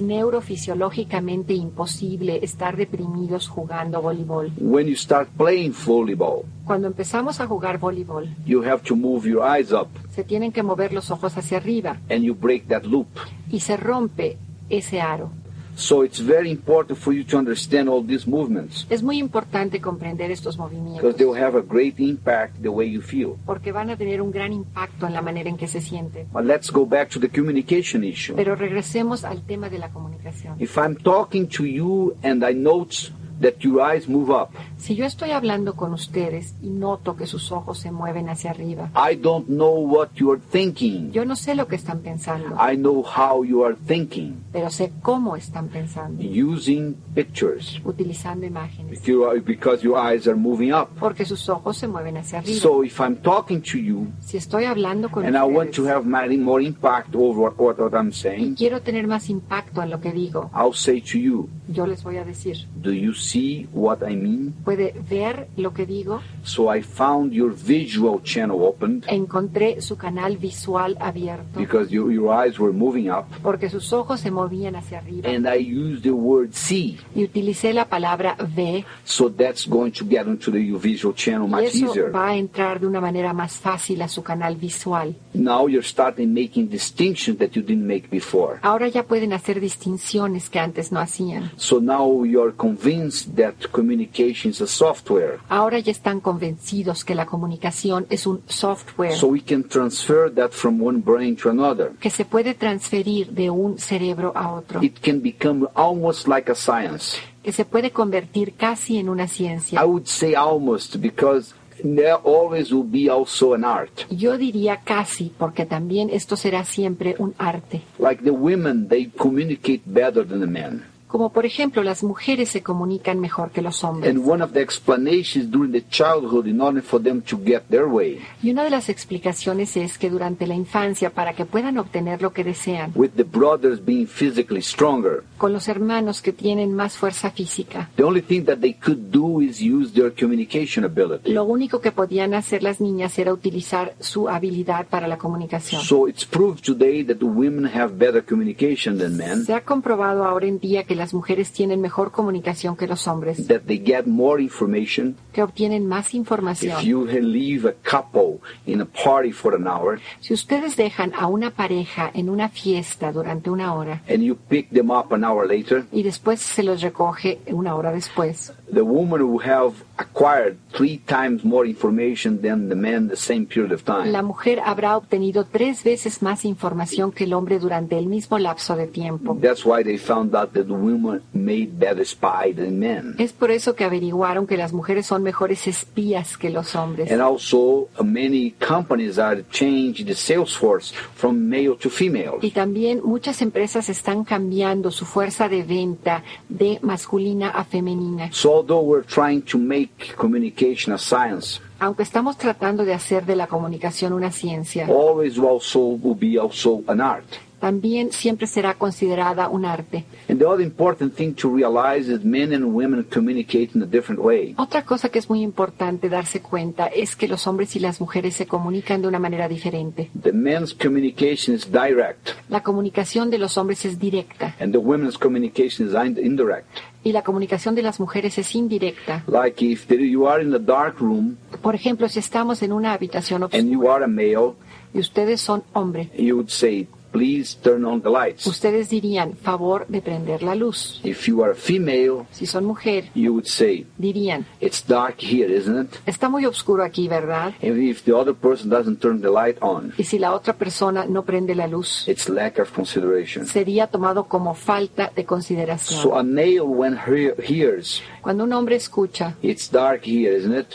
B: neurofisiológicamente imposible estar deprimidos jugando voleibol.
A: When you start playing volleyball,
B: Cuando empezamos a jugar voleibol,
A: you have to move your eyes up
B: se tienen que mover los ojos hacia arriba
A: and you break that loop.
B: y se rompe ese aro.
A: So it's very important for you to understand all these movements
B: Es muy importante comprender estos
A: because
B: movimientos
A: they will have a great impact the way you feel.
B: porque van a tener un gran impacto en la manera en que se sienten.
A: But let's go back to the communication issue.
B: Pero regresemos al tema de la comunicación.
A: If I'm talking to you and I note that your eyes move up,
B: Si yo estoy hablando con ustedes y noto que sus ojos se mueven hacia arriba,
A: I don't know what you're thinking.
B: yo no sé lo que están pensando,
A: I know how you are thinking
B: pero sé cómo están pensando,
A: using pictures
B: utilizando imágenes,
A: If you are- because your eyes are moving up.
B: porque sus ojos se mueven hacia arriba.
A: So if I'm talking to you
B: Si estoy hablando con
A: and I want to
B: ustedes
A: have my- more impact over what, what, what I'm
B: y
A: saying,
B: quiero tener más impacto en lo que digo,
A: I'll say to you,
B: yo les voy a decir,
A: do you see what I mean?
B: puede ver lo que digo,
A: So I found your visual channel opened
B: encontré su canal visual abierto,
A: because your, your eyes were moving up
B: porque sus ojos se movían hacia arriba
A: and I used the word see.
B: y utilicé la palabra ve
A: So that's going to get into the, your visual channel
B: y
A: much
B: eso
A: easier.
B: va a entrar de una manera más fácil a su canal visual.
A: Now you're starting making distinctions that you didn't make before.
B: Ahora ya pueden hacer distinciones que antes no hacían.
A: So now you're convinced that communication is a software.
B: Ahora ya están convencidos que la comunicación es un software
A: So we can transfer that from one brain to another.
B: que se puede transferir de un cerebro a otro,
A: It can become almost like a science.
B: que se puede convertir casi en una
A: I
B: ciencia.
A: would say almost because there always will be also an art.
B: Yo diría casi, porque también esto será siempre un arte.
A: Like the women, they communicate better than the men.
B: Como por ejemplo, las mujeres se comunican mejor que los hombres.
A: And one of the explanations during the childhood, in order for them to get their way
B: Y una de las explicaciones es que durante la infancia, para que puedan obtener lo que desean,
A: with the brothers being physically stronger,
B: con los hermanos que tienen más fuerza física,
A: the only thing that they could do is use their communication ability.
B: lo único que podían hacer las niñas era utilizar su habilidad para la comunicación.
A: So it's proved today that the women have better communication than men,
B: Se ha comprobado ahora en día que las mujeres tienen mejor comunicación que los hombres,
A: that they get more information,
B: que obtienen más
A: If
B: información.
A: you leave a couple in a party for an hour
B: Si ustedes dejan a una pareja en una fiesta durante una hora
A: and you pick them up an hour later,
B: y después se los recoge una hora después,
A: the woman will have acquired three times more information than the man the same period of
B: la
A: time.
B: mujer habrá obtenido tres veces más información que el hombre durante el mismo lapso de tiempo.
A: That's why they found out that women made better spy than men.
B: Es por eso que averiguaron que las mujeres son mejores espías que los hombres.
A: And also, uh, many companies are changing the sales force from male to female.
B: Y también muchas empresas están cambiando su fuerza de venta de masculina a femenina.
A: So, although we're trying to make communication a science,
B: Aunque estamos tratando de hacer de la comunicación una ciencia,
A: always also will be also an art.
B: también siempre será considerada un arte.
A: And the other important thing to realize is men and women communicate in a different way.
B: Otra cosa que es muy importante darse cuenta es que los hombres y las mujeres se comunican de una manera diferente.
A: The men's communication is direct,
B: La comunicación de los hombres es directa
A: and the women's communication is ind- indirect.
B: y la comunicación de las mujeres es indirecta.
A: Like if there, you are in a dark room
B: Por ejemplo, si estamos en una habitación
A: and you
B: oscura
A: are a male,
B: y ustedes son hombre,
A: you would say, "Please turn on the lights."
B: ustedes dirían favor de prender la luz.
A: If you are a female,
B: Si son mujer,
A: you would say,
B: dirían
A: "It's dark here, isn't it?"
B: está muy oscuro aquí, ¿verdad?
A: And if the other person doesn't turn the light on,
B: Y si la otra persona no prende la luz,
A: it's lack of consideration.
B: sería tomado como falta de consideración.
A: So a male, when he hears,
B: Cuando un hombre escucha,
A: "It's dark here, isn't it?"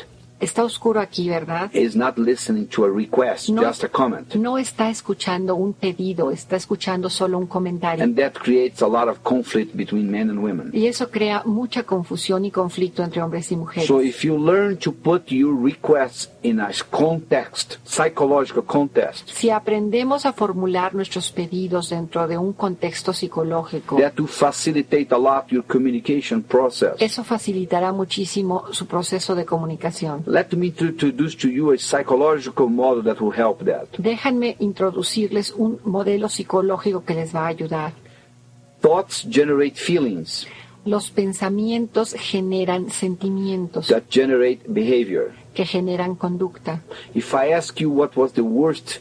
B: está oscuro aquí, ¿verdad?
A: is not listening to a request,
B: No.
A: just a comment.
B: No está escuchando un pedido, está escuchando solo un comentario.
A: And that creates a lot of conflict between men and women.
B: Y eso crea mucha confusión y conflicto entre hombres y mujeres.
A: So if you learn to put your requests in a context, psychological context,
B: Si aprendemos a formular nuestros pedidos dentro de un contexto psicológico,
A: that will facilitate a lot your communication process.
B: eso facilitará muchísimo su proceso de comunicación.
A: Let me to- introduce to you a psychological model that will help that.
B: Déjenme introducirles un modelo psicológico que les va a ayudar.
A: Thoughts generate feelings
B: Los pensamientos generan sentimientos
A: that generate behavior.
B: que generan conducta.
A: If I ask you what was the worst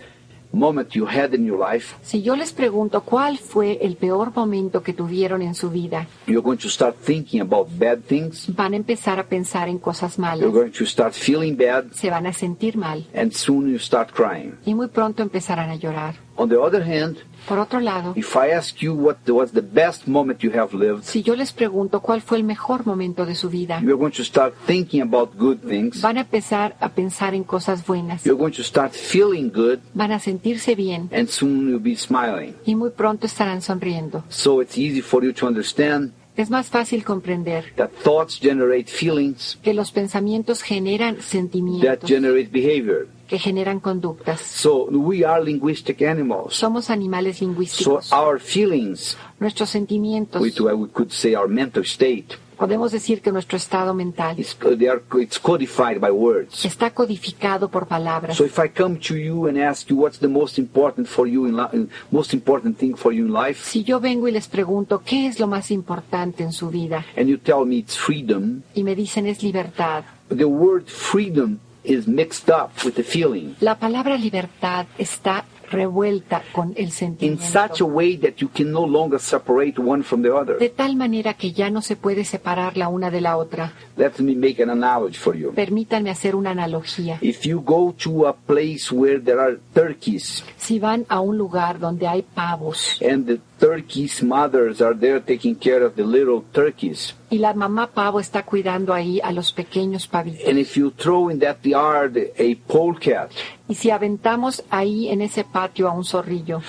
A: moment you had in your life,
B: Si yo les pregunto cuál fue el peor momento que tuvieron en su vida,
A: you're going to start thinking about bad things.
B: van a empezar a pensar en cosas malas,
A: You're going to start feeling bad,
B: se van a sentir mal
A: and soon you start crying.
B: y muy pronto empezarán a llorar.
A: On the other hand,
B: Por otro lado,
A: if I ask you what was the best moment you have lived,
B: si yo les pregunto cuál fue el mejor momento de su vida,
A: you're going to start thinking about good things.
B: van a empezar a pensar en cosas buenas,
A: You're going to start feeling good,
B: van a sentirse bien
A: and soon you'll be smiling.
B: y muy pronto estarán sonriendo.
A: So it's easy for you to understand
B: Es más fácil comprender
A: that thoughts generate feelings
B: que los pensamientos generan
A: that
B: sentimientos,
A: generate behavior.
B: que generan conductas.
A: So we are linguistic animals.
B: Somos animales
A: So
B: lingüísticos.
A: our feelings,
B: Nuestros sentimientos,
A: which we could say our mental state,
B: podemos decir que nuestro estado mental
A: is, uh, they are, it's codified by words.
B: está codificado por palabras.
A: So if I come to you and ask you what's the most important for you in li- uh, most important thing for you in life,
B: Si yo vengo y les pregunto qué es lo más importante en su vida
A: and you tell me it's freedom,
B: y me dicen es libertad,
A: the word freedom is mixed up with the feeling
B: la palabra libertad está revuelta con el
A: in such a
B: sentimiento.
A: way that you can no longer separate one from the other.
B: De tal manera que ya no se puede separar la una de la otra.
A: Let me make an analogy for you.
B: Permítanme hacer una analogía.
A: If you go to a place where there are turkeys
B: Si van a un lugar donde hay pavos
A: and the turkeys mothers are there taking care of the little turkeys,
B: y la mamá pavo está cuidando ahí a los pequeños pavitos
A: and if you throw in that yard a polecat,
B: y si aventamos ahí en ese patio a un zorrillo,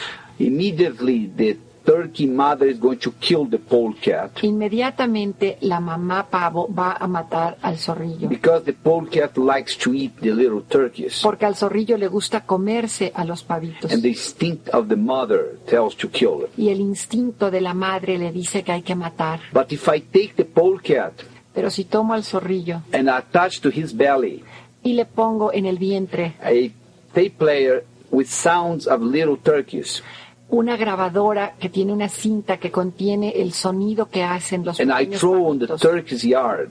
A: immediately the turkey mother is going to kill the polecat
B: inmediatamente la mamá pavo va a matar al zorrillo
A: because the polecat likes to eat the little turkeys.
B: porque al zorrillo le gusta comerse a los pavitos
A: And the instinct of the mother tells to kill it.
B: y el instinto de la madre le dice que hay que matar.
A: But if I take the polecat
B: Pero si tomo al zorrillo
A: and attach to his belly
B: y le pongo en el vientre
A: a tape player with sounds of little turkeys,
B: una grabadora que tiene una cinta que contiene el sonido que hacen los
A: and I
B: pequeños
A: throw on the
B: pavitos,
A: turkey's yard,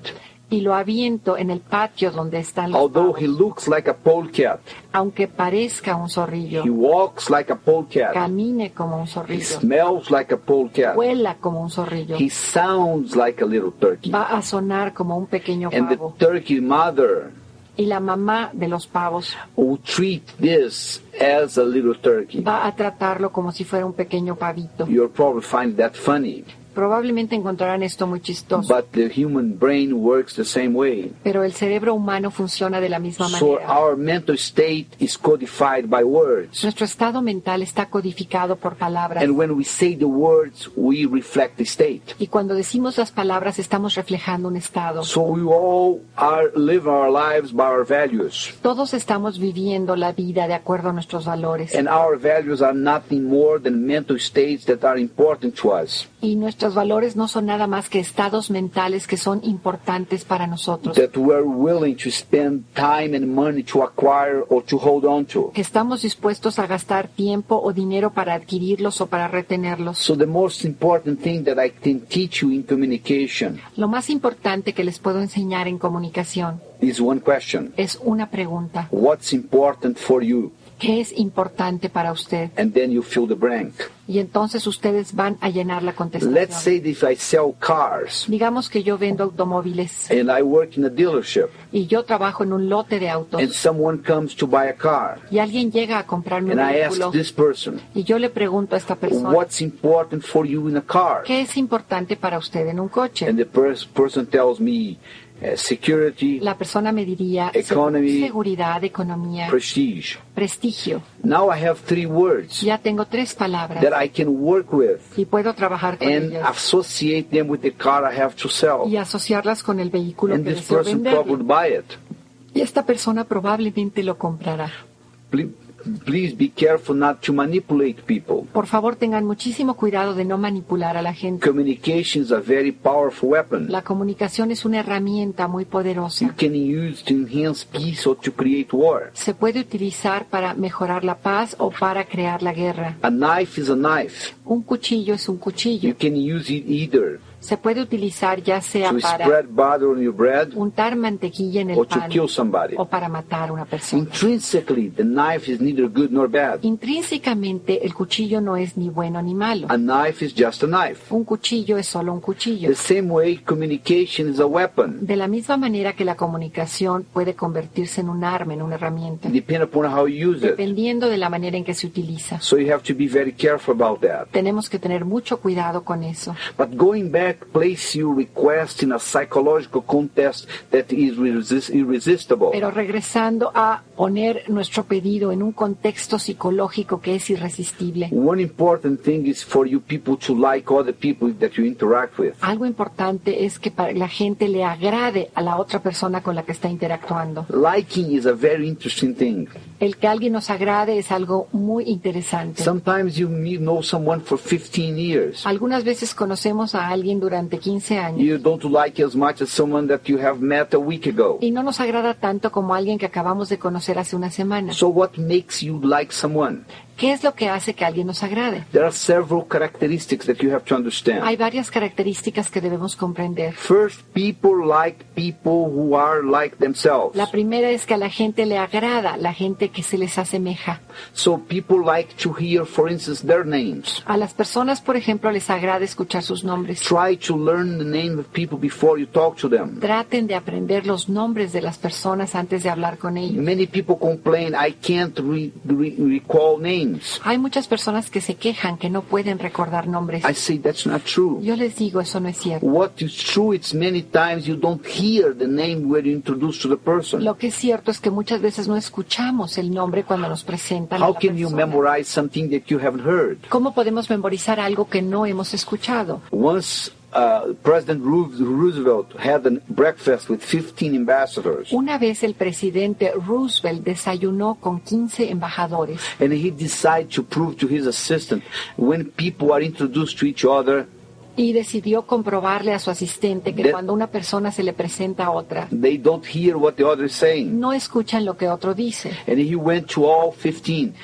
B: y lo aviento en el patio donde están los
A: although
B: pavos,
A: he looks like a polecat,
B: aunque parezca un zorrillo,
A: he walks like a polecat,
B: camine como un
A: he
B: zorrillo,
A: smells like a polecat,
B: vuela como un zorrillo,
A: he sounds like a little turkey.
B: va a sonar como un pequeño
A: And the
B: pavo.
A: turkey mother
B: Y la mamá de los pavos
A: will treat this as a little turkey.
B: va a tratarlo como si fuera un pequeño pavito.
A: You'll probably find that funny,
B: Probablemente encontrarán esto muy chistoso,
A: but the human brain works the same way.
B: pero el cerebro humano funciona de la misma
A: So ah,
B: manera.
A: our mental state is codified by words.
B: Nuestro estado mental está codificado por palabras
A: And when we say the words, we reflect the state.
B: y cuando decimos las palabras estamos reflejando un estado.
A: So we all are live our lives by our values.
B: Todos estamos viviendo la vida de acuerdo a nuestros valores
A: And our values are nothing more than mental states that are important to us,
B: y nuestros valores no son nada más que estados mentales que son importantes para nosotros,
A: that we're willing to spend time and money to acquire or to hold on to.
B: que estamos dispuestos a gastar tiempo o dinero para adquirirlos o para retenerlos.
A: So the most important thing that I can teach you in communication
B: Lo más importante que les puedo enseñar en comunicación
A: is one question.
B: es una pregunta.
A: What's important for you?
B: ¿Qué es importante para usted?
A: And then you fill the blank.
B: Y entonces ustedes van a llenar la
A: Let's
B: contestación.
A: say that if I sell cars
B: Digamos que yo vendo automóviles
A: and I work in a dealership
B: y yo trabajo en un lote de
A: and
B: autos
A: someone comes to buy a car
B: y alguien llega a comprarme un
A: and I
B: vehículo
A: ask this person,
B: y yo le pregunto a esta persona,
A: what's important for you in a car?
B: ¿qué es importante para usted en un coche?
A: And the pers- person tells me uh, security,
B: La persona me diría
A: Economy.
B: seguridad, economía,
A: prestige.
B: prestigio.
A: Now I have three words
B: Ya tengo tres palabras
A: that I can work with
B: y puedo trabajar con
A: and
B: ellas
A: associate them with the car I have to sell.
B: y asociarlas con el vehículo
A: And
B: que
A: this
B: deseo
A: person
B: vender.
A: probably would buy it.
B: Y esta persona probablemente lo comprará.
A: Ple- Please be careful not to manipulate people.
B: Por favor, tengan muchísimo cuidado de no manipular a la gente.
A: Communication is a very powerful weapon.
B: La comunicación es una herramienta muy
A: You
B: poderosa.
A: can use to enhance peace or to create war.
B: Se puede utilizar para mejorar la paz o para crear la guerra.
A: A knife is a knife.
B: Un cuchillo es un cuchillo.
A: You can use it either
B: se puede utilizar ya sea
A: to
B: para
A: spread butter on your bread
B: untar mantequilla en el
A: or to
B: pan
A: kill somebody.
B: o para matar a una persona.
A: Intrinsically, the knife is neither good nor bad.
B: Intrínsecamente el cuchillo no es ni bueno ni malo.
A: A knife is just a knife.
B: Un cuchillo es solo un cuchillo.
A: The same way communication is a weapon.
B: De la misma manera que la comunicación puede convertirse en un arma, en una herramienta,
A: Depend upon how you use it.
B: dependiendo de la manera en que se utiliza.
A: So you have to be very careful about that.
B: Tenemos que tener mucho cuidado con eso.
A: But going back place your request in a psychological contest that is resist- irresistible.
B: Pero regresando a poner nuestro pedido en un contexto psicológico que es irresistible,
A: One important thing is for you people to like other people that you interact with.
B: algo importante es que para la gente le agrade a la otra persona con la que está interactuando.
A: Liking is a very interesting thing.
B: El que alguien nos agrade es algo muy interesante.
A: Sometimes you meet- know someone for 15 years.
B: Algunas veces conocemos a alguien durante 15 años
A: You don't like as much as someone that you have met a week ago.
B: y no nos agrada tanto como alguien que acabamos de conocer hace una semana.
A: So what makes you like someone?
B: ¿Qué es lo que hace que alguien nos agrade?
A: There are several characteristics that you have to
B: Hay
A: understand.
B: varias características que debemos comprender.
A: First, people like people who are like themselves.
B: La primera es que a la gente le agrada, la gente que se les asemeja.
A: So people like to hear, for instance, their names.
B: A las personas, por ejemplo, les agrada escuchar sus nombres.
A: Try to learn the name of people before you talk to them.
B: Traten de aprender los nombres de las personas antes de hablar con ellos.
A: Many people complain, I can't re- re- recall names.
B: Hay muchas personas que se quejan que no pueden recordar nombres.
A: I say that's not true.
B: Yo les digo, eso no es cierto.
A: What is true, it's many times you don't hear the name when you introduce to the person.
B: Lo que es cierto es que muchas veces no escuchamos el nombre cuando nos presentan. a
A: How
B: la
A: can you
B: persona.
A: memorize something that you haven't heard?
B: ¿Cómo podemos memorizar algo que no hemos escuchado?
A: Once uh, President Ru- Roosevelt had a breakfast with 15 ambassadors,
B: Una vez el presidente Roosevelt desayunó con 15 embajadores
A: and he decided to prove to his assistant when people are introduced to each other,
B: y decidió comprobarle a su asistente que
A: De-
B: cuando una persona se le presenta a otra,
A: they don't hear what the other is saying.
B: no escuchan lo que otro dice.
A: And he went to all 15.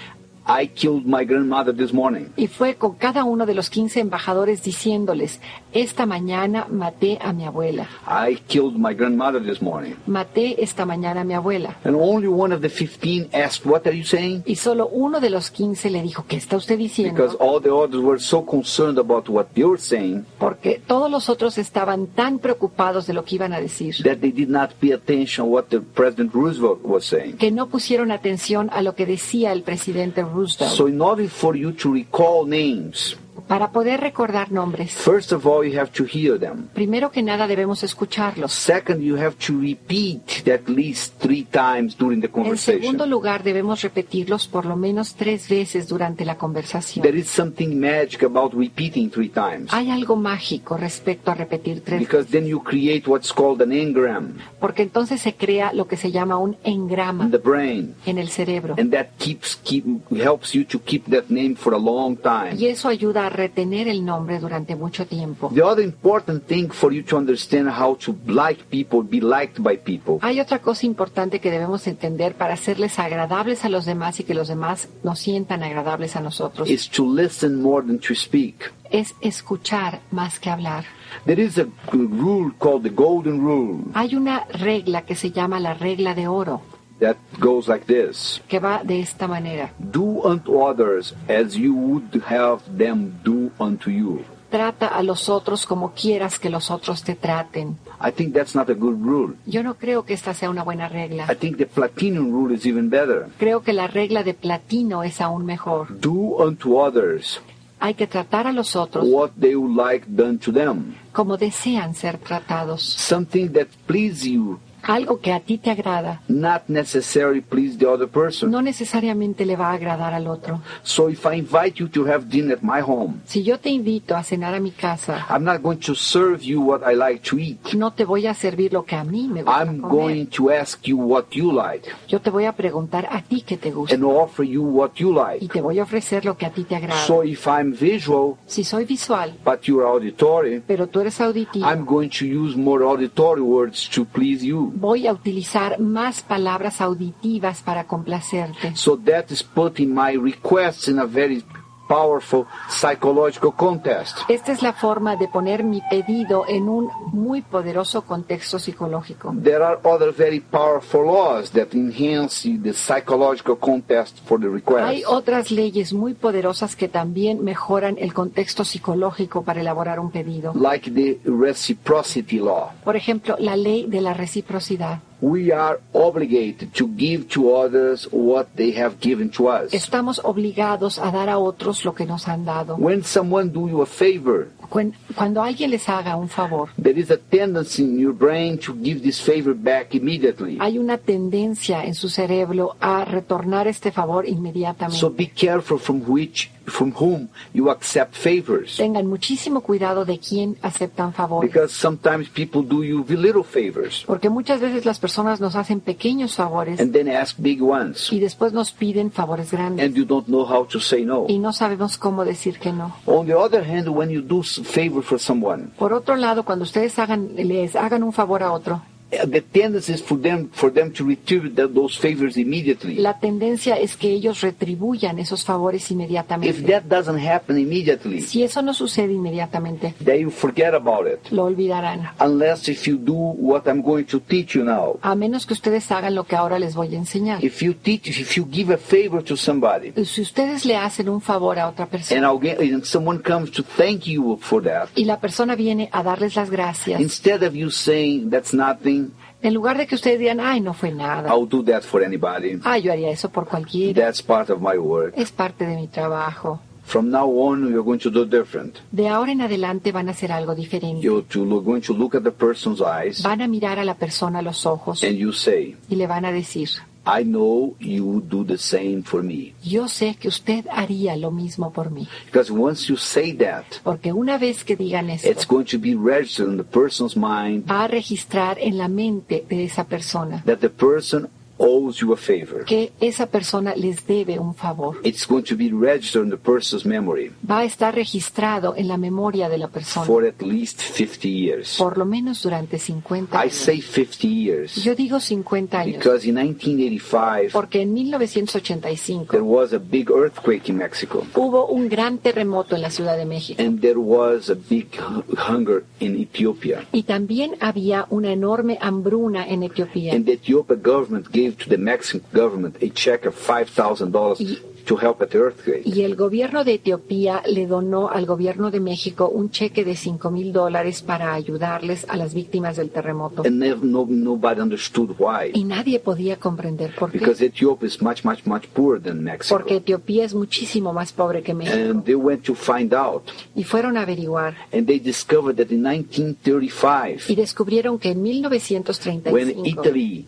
A: I killed my grandmother this morning.
B: Y fue con cada uno de los 15 embajadores diciéndoles, esta mañana maté a mi abuela,
A: I killed my grandmother this morning.
B: maté esta mañana a mi abuela.
A: And only one of the 15 asked, What are you saying?
B: Y solo uno de los 15 le dijo, ¿qué está usted
A: Because
B: diciendo?
A: all the others were so concerned about what you're saying
B: Porque todos los otros estaban tan preocupados de lo que iban a decir
A: that they did not pay attention what the President Roosevelt was saying.
B: que no pusieron atención a lo que decía el presidente Roosevelt.
A: So in order for you to recall names,
B: Para poder recordar nombres,
A: first of all you have to hear them.
B: primero que nada debemos escucharlos.
A: Second, you have to repeat at least three times during the
B: En
A: conversation.
B: segundo lugar, debemos repetirlos por lo menos tres veces durante la conversación.
A: There is something magic about repeating three times.
B: Hay algo mágico respecto a repetir tres veces,
A: Because then you create what's called an engram
B: porque entonces se crea lo que se llama un engrama
A: in the brain.
B: en el cerebro.
A: And that keeps keep helps you to keep that name for a long time.
B: Y eso ayuda a retener el nombre durante mucho tiempo.
A: The other important thing for you to understand how to like people, be liked by people,
B: Hay otra cosa importante que debemos entender para hacerles agradables a los demás y que los demás nos sientan agradables a nosotros.
A: is to listen more than to speak.
B: es escuchar más que hablar.
A: There is a rule called the golden rule
B: Hay una regla que se llama la regla de oro,
A: that goes like this.
B: que va de esta manera.
A: Do unto others as you would have them do unto you.
B: Trata a los otros como quieras que los otros te traten.
A: I think that's not a good rule.
B: Yo no creo que esta sea una buena
A: I
B: regla.
A: think the platinum rule is even better.
B: Creo que la regla de platino es aún mejor.
A: Do unto others
B: Hay que tratar a los otros
A: what they would like done to them.
B: como desean ser tratados.
A: Something that please you,
B: Algo que a ti te agrada
A: not necessarily please the other person.
B: no necesariamente le va a agradar al otro.
A: So if I invite you to have dinner at my home,
B: Si yo te invito a cenar a mi casa,
A: I'm not going to serve you what I like to eat.
B: no te voy a servir lo que a mí me gusta
A: I'm
B: comer.
A: going to ask you what you like
B: Yo te voy a preguntar a ti qué te gusta
A: and offer you what you
B: y
A: like.
B: te voy a ofrecer lo que a ti te agrada.
A: So if I'm visual
B: si soy visual,
A: but you're auditory,
B: pero tú eres auditivo,
A: I'm going to use more auditory words to please you.
B: voy a utilizar más palabras auditivas para complacerte.
A: So that is putting my requests in a very powerful psychological contest.
B: Esta es la forma de poner mi pedido en un muy poderoso contexto psicológico.
A: There are other very powerful laws that enhance the psychological contest for the
B: Hay
A: request.
B: otras leyes muy poderosas que también mejoran el contexto psicológico para elaborar un pedido.
A: Like the reciprocity law.
B: Por ejemplo, la ley de la reciprocidad.
A: We are obligated to give to others what they have given to us.
B: Estamos obligados a dar a otros lo que nos han dado.
A: When someone do you a favor,
B: Cuen- Cuando alguien les haga un favor,
A: there is a tendency in your brain to give this favor back immediately.
B: hay una tendencia en su cerebro a retornar este favor inmediatamente.
A: So be careful from which from whom you accept favors.
B: Tengan muchísimo cuidado de quién aceptan favores.
A: Because sometimes people do you little favors
B: Porque muchas veces las personas nos hacen pequeños favores
A: and then ask big ones
B: y después nos piden favores grandes
A: and you don't know how to say no.
B: y no sabemos cómo decir que no.
A: On the other hand, when you do s- favor for someone,
B: Por otro lado, cuando ustedes hagan, les hagan un favor a otro,
A: eh, the tendency is for them for them to retrieve tha- those favors immediately.
B: la tendencia es que ellos retribuyan esos favores
A: If
B: inmediatamente.
A: that doesn't happen immediately,
B: Si eso no sucede inmediatamente,
A: then you forget about it.
B: lo olvidarán,
A: Unless if you do what I'm going to teach you now.
B: a menos que ustedes hagan lo que ahora les voy a enseñar.
A: If you teach, if you give a favor to somebody,
B: Si ustedes le hacen un favor a otra
A: and,
B: persona
A: I'll get, and someone comes to thank you for that,
B: y la persona viene a darles las gracias,
A: instead of you saying that's nothing,
B: en lugar de que ustedes digan, ay, no fue nada,
A: I'll do that for anybody.
B: ay, yo haría eso por cualquiera,
A: That's part of my work.
B: es parte de mi trabajo.
A: From now on, you're going to do different.
B: De ahora en adelante van a hacer algo diferente.
A: You're to look, going to look at the person's eyes
B: Van a mirar a la persona a los ojos
A: and you say,
B: y le van a decir,
A: I know you would do the same for me.
B: yo sé que usted haría lo mismo por mí.
A: Because once you say that,
B: Porque una vez que digan
A: it's
B: esto,
A: going to be registered in the person's mind
B: va a registrar en la mente de esa persona
A: that the person owes you a favor.
B: que esa persona les debe un favor.
A: It's going to be registered in the person's memory
B: Va a estar registrado en la memoria de la persona,
A: for at least 50 years.
B: por lo menos durante 50
A: I
B: años.
A: say 50 years
B: Yo digo 50 años,
A: because in 1985
B: porque en 1985
A: there was a big earthquake in Mexico
B: hubo un gran terremoto en la Ciudad de México.
A: and there was a big hu- hunger in Ethiopia.
B: Y también había una enorme hambruna en Etiopía.
A: And the Ethiopian government gave to the Mexican government a check of
B: Y-
A: $5,000 to help at the earthquake.
B: Y el gobierno de Etiopía le donó al gobierno de México un cheque de 5 mil dólares para ayudarles a las víctimas del terremoto.
A: And nev- no, nobody understood why.
B: Y nadie podía comprender por qué.
A: Because Ethiopia is much, much, much poorer than Mexico.
B: Porque Etiopía es muchísimo más pobre que México.
A: And they went to find out.
B: Y fueron a averiguar
A: And they discovered that in 1935,
B: y descubrieron que en
A: when
B: 1935,
A: Italy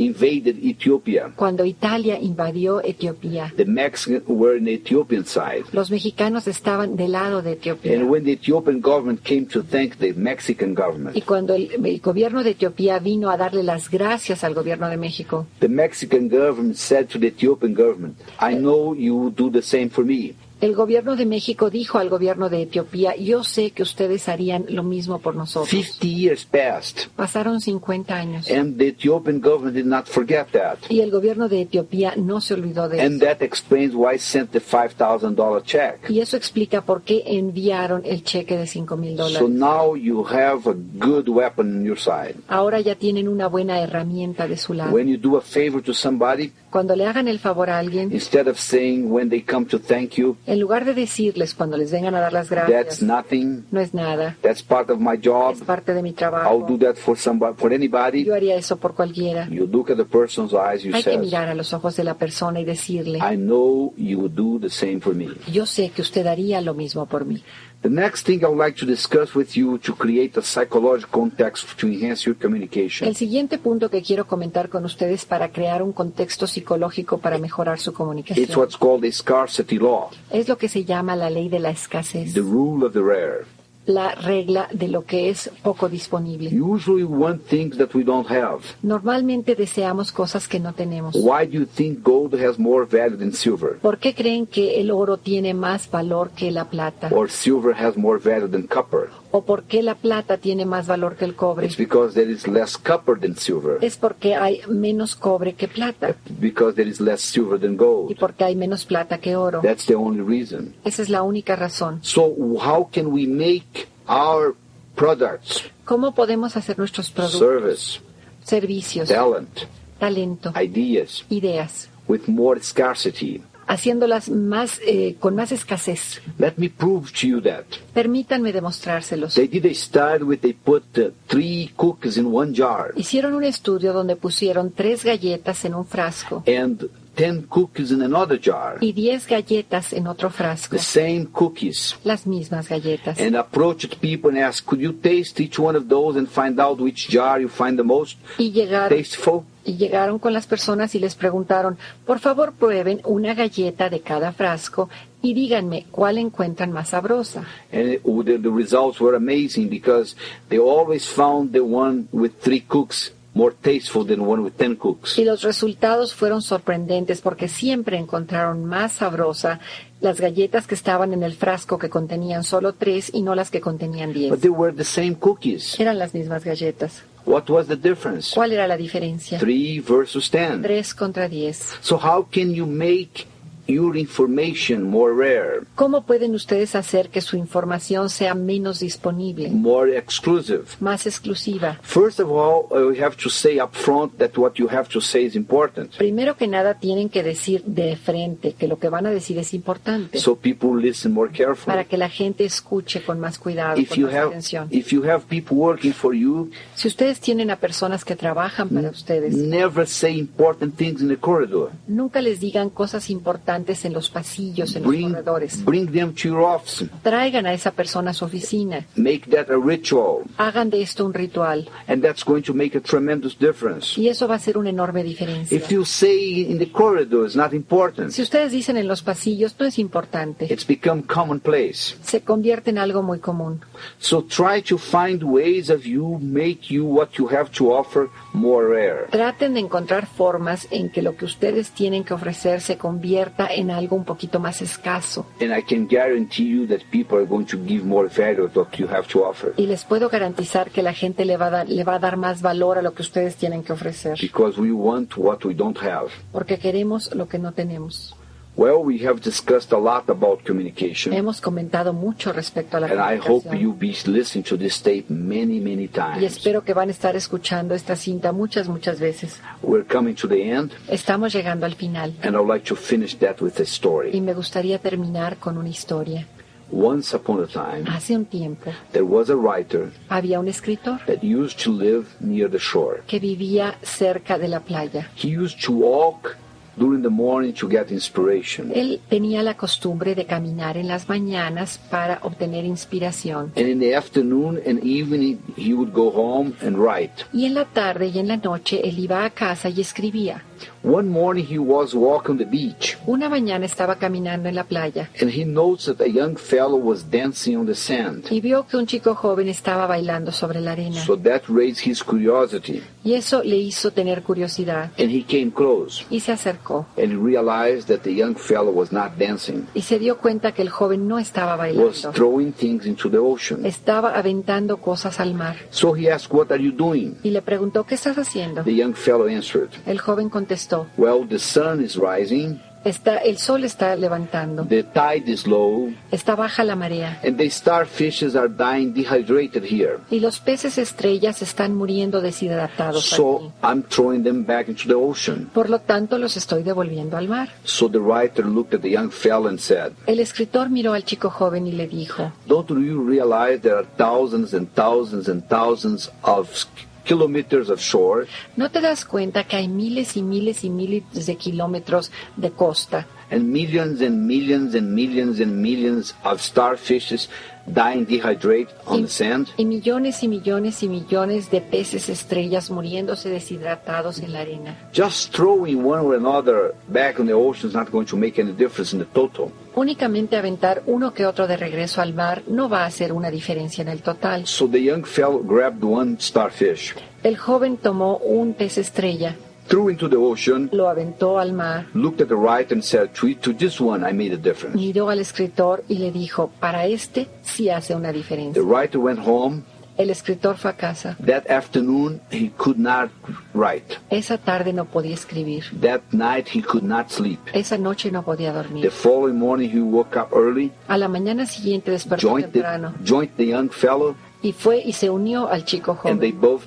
A: invaded Ethiopia,
B: cuando Italia invadió Etiopía,
A: the Mexicans were on the Ethiopian side.
B: los mexicanos estaban del lado de Etiopía.
A: And when the Ethiopian government came to thank the Mexican
B: Y
A: government,
B: cuando el, el gobierno de Etiopía vino a darle las gracias al gobierno de México,
A: the Mexican government said to the Ethiopian government, I know you will do the same for me.
B: El gobierno de México dijo al gobierno de Etiopía, yo sé que ustedes harían lo mismo por nosotros.
A: 50 years passed,
B: Pasaron 50 años
A: and the Ethiopian government did not forget that.
B: y el gobierno de Etiopía no se olvidó de
A: And
B: eso.
A: that explains why I sent the $5,000 check.
B: Y eso explica por qué enviaron el cheque de 5 mil
A: So
B: dólares.
A: now you have a good weapon on your side.
B: Ahora ya tienen una buena herramienta de su lado.
A: When you do a favor to somebody,
B: Cuando le hagan el favor a alguien,
A: instead of saying when they come to thank you,
B: en lugar de decirles cuando les vengan a dar las
A: that's
B: gracias,
A: nothing,
B: no es nada,
A: that's part of my
B: es
A: job,
B: parte de mi
A: I'll do
B: trabajo,
A: that for somebody, for anybody,
B: yo haría eso por cualquiera.
A: you look at the person's eyes, you
B: Hay que
A: say,
B: mirar a los ojos de la persona y decirle,
A: I know you will do the same for me.
B: yo sé que usted haría lo mismo por mí.
A: The next thing I would like to discuss with you to create a psychological context to enhance your communication
B: El siguiente punto que quiero comentar con ustedes para crear un contexto psicológico para mejorar su
A: it's
B: comunicación
A: what's called the scarcity law,
B: es lo que se llama la ley de la escasez,
A: the rule of the rare.
B: la regla de lo que es poco disponible.
A: Usually we want things that we don't have.
B: Normalmente deseamos cosas que no tenemos.
A: Why do you think gold has more value than silver?
B: ¿Por qué creen que el oro tiene más valor que la plata?
A: Or silver has more value than copper?
B: ¿O por qué la plata tiene más valor que el cobre?
A: It's because there is less copper than silver.
B: Es porque hay menos cobre que plata
A: Because there is less silver than
B: y
A: gold.
B: porque hay menos plata que oro.
A: That's the only reason.
B: Esa es la única razón.
A: So how can we make our products,
B: ¿Cómo podemos hacer nuestros productos,
A: service,
B: servicios,
A: talent,
B: talento,
A: ideas
B: ideas,
A: with more scarcity?
B: haciéndolas más eh, con más escasez?
A: Let me prove to you that.
B: Permítanme demostrárselos.
A: They did a study where they put uh, three cookies in one jar
B: Hicieron un estudio donde pusieron tres galletas en un frasco
A: and 10 cookies in another jar,
B: y diez galletas en otro frasco,
A: the same cookies,
B: las mismas galletas.
A: and approached people and asked, could you taste each one of those and find out which jar you find the most
B: Y llegaron,
A: tasteful?
B: y llegaron con las personas y les preguntaron, por favor prueben una galleta de cada frasco y díganme cuál encuentran más sabrosa.
A: And it- the, the results were amazing because they always found the one with three cooks more tasteful than one with 10 cooks.
B: Y los resultados fueron sorprendentes porque siempre encontraron más sabrosa las galletas que estaban en el frasco que contenían solo tres y no las que contenían
A: But
B: diez.
A: they were the same cookies.
B: Eran las mismas galletas.
A: What was the difference?
B: ¿Cuál era la diferencia?
A: 3 versus 10.
B: Tres contra diez.
A: So how can you make your information more rare,
B: ¿Cómo pueden ustedes hacer que su información sea menos disponible,
A: more exclusive?
B: más exclusiva?
A: First of all, uh, we have to say up front that what you have to say is important.
B: Primero que nada tienen que decir de frente que lo que van a decir es importante
A: So people listen more
B: para
A: carefully.
B: que la gente escuche con más cuidado,
A: If
B: con
A: you
B: más
A: have
B: atención.
A: if you have people working for you,
B: Si ustedes tienen a personas que trabajan
A: Mm,
B: para ustedes,
A: never say important things in the corridor.
B: Nunca les digan cosas importantes en los pasillos, en los
A: Bring
B: corredores.
A: bring them to your office.
B: Traigan a esa persona a su oficina.
A: Make that a ritual,
B: Hagan de esto un ritual.
A: and that's going to make a tremendous difference.
B: Y eso va a ser una enorme diferencia.
A: If you say in the corridor it's not important,
B: Si ustedes dicen en los pasillos, no es importante.
A: it's become commonplace.
B: Se convierte en algo muy común.
A: So try to find ways of you make you what you have to offer more rare.
B: Traten de encontrar formas en que lo que ustedes tienen que ofrecer se convierta en algo un poquito más escaso.
A: And I can guarantee you that people are going to give more value to what you have to offer
B: Y les puedo garantizar que la gente le va a dar, le va a dar más valor a lo que ustedes tienen que ofrecer.
A: because we want what we don't have.
B: Porque queremos lo que no tenemos.
A: Well, we have discussed a lot about communication
B: Hemos comentado mucho respecto a la
A: and I hope
B: comunicación.
A: you be listening to this tape many, many
B: y
A: times.
B: espero que van a estar escuchando esta cinta muchas, muchas veces.
A: We're coming to the end
B: Estamos llegando al final
A: and I'd like to finish that with a
B: y
A: story.
B: me gustaría terminar con una historia.
A: Once upon a time,
B: Hace un tiempo
A: there was a writer
B: había un escritor
A: that used to live near the shore.
B: que vivía cerca de la playa.
A: He used to walk during the morning to get inspiration.
B: Él tenía la costumbre de caminar en las mañanas para obtener inspiración
A: And in the afternoon and evening, he would go home and write.
B: y en la tarde y en la noche él iba a casa y escribía.
A: One morning, he was walking the beach
B: Una mañana estaba caminando en la playa
A: and he noticed that a young fellow was dancing on the sand.
B: y vio que un chico joven estaba bailando sobre la arena
A: So that raised his curiosity
B: y eso le hizo tener curiosidad
A: and he came close
B: y se acercó.
A: and he realized that the young fellow was not dancing,
B: y se dio cuenta que el joven no estaba
A: was
B: bailando,
A: throwing things into the ocean.
B: estaba aventando cosas al mar
A: So he asked, What are you doing?
B: y le preguntó, ¿qué estás haciendo?
A: The young fellow answered,
B: El joven contestó,
A: Well, the sun is rising,
B: está, el sol está levantando,
A: the tide is low,
B: está baja la marea
A: and the starfishes are dying dehydrated here.
B: y los peces estrellas están muriendo deshidratados.
A: So
B: aquí.
A: I'm throwing them back into the ocean.
B: Por lo tanto, los estoy devolviendo al mar.
A: So the writer looked at the young fellow and said,
B: El escritor miró al chico joven y le dijo,
A: Don't you realize there are thousands and thousands and thousands of s- kilometers of shore
B: ¿no te das cuenta que hay miles y miles y miles de kilómetros de costa
A: and millions and millions and millions and millions of starfishes dying dehydrated on
B: Y-
A: the sand.
B: Y millones y millones y millones de peces estrellas muriéndose deshidratados en la arena.
A: Just throwing one or another back in the ocean is not going to make any difference in the total.
B: Únicamente aventar uno que otro de regreso al mar no va a hacer una diferencia en el total.
A: So the young fellow grabbed one starfish,
B: El joven tomó un pez estrella,
A: threw into the ocean,
B: lo aventó al mar,
A: looked at the right and said, to, to this one I made a difference.
B: miró al escritor y le dijo, para este sí hace una
A: The
B: diferencia.
A: writer went home.
B: El escritor fue a casa.
A: That afternoon he could not write.
B: Esa tarde no podía escribir.
A: That night he could not sleep.
B: Esa noche no podía
A: The
B: dormir.
A: following morning he woke up early,
B: A la mañana siguiente despertó
A: joined the,
B: temprano
A: joined the young fellow,
B: y fue y se unió al chico
A: and they
B: joven.
A: both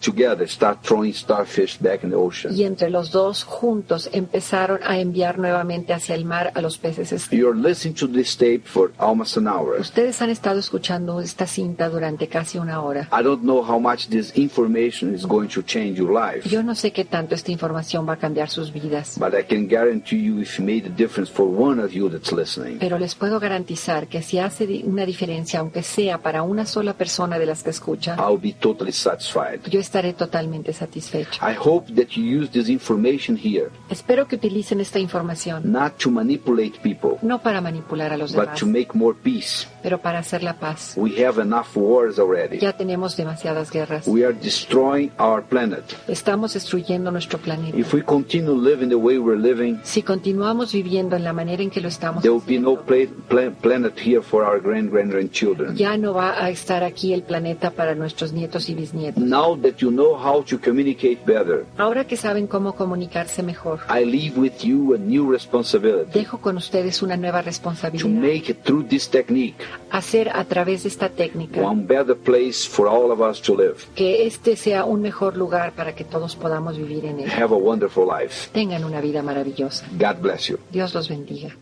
A: together start throwing starfish back in the ocean.
B: Y entre los dos juntos empezaron a enviar nuevamente hacia el mar a los peces estrellas.
A: You're listening to this tape for almost an hour.
B: Ustedes han estado escuchando esta cinta durante casi una hora.
A: I don't know how much this information is going to change your life,
B: Yo no sé qué tanto esta información va a cambiar sus vidas,
A: but I can guarantee you if it made a difference for one of you that's listening,
B: pero les puedo garantizar que si hace di- una diferencia, aunque sea para una sola persona de las que escucha,
A: I'll be totally satisfied.
B: yo estaré totalmente satisfecho.
A: I hope that you use this information here,
B: Espero que utilicen esta información,
A: not to manipulate people,
B: no para manipular a los
A: but
B: demás,
A: to make more peace.
B: pero para hacer la paz.
A: We have enough wars already.
B: Ya tenemos demasiadas guerras.
A: We are destroying our planet.
B: Estamos destruyendo nuestro planeta.
A: If we continue living the way we're living,
B: Si continuamos viviendo en la manera en que lo estamos
A: there will be no
B: haciendo,
A: pla- pla- planet here for our grand grand grandchildren.
B: ya no va a estar aquí el planeta para nuestros nietos y bisnietos.
A: Now that you know how to communicate better,
B: Ahora que saben cómo comunicarse mejor,
A: I leave with you a new responsibility
B: dejo con ustedes una nueva
A: to
B: responsabilidad.
A: make it through this technique
B: Hacer a través de esta técnica
A: one better place for all of us to live.
B: que este sea un mejor lugar para que todos podamos vivir en él.
A: Have a wonderful life.
B: Tengan una vida maravillosa.
A: God bless you.
B: Dios los bendiga.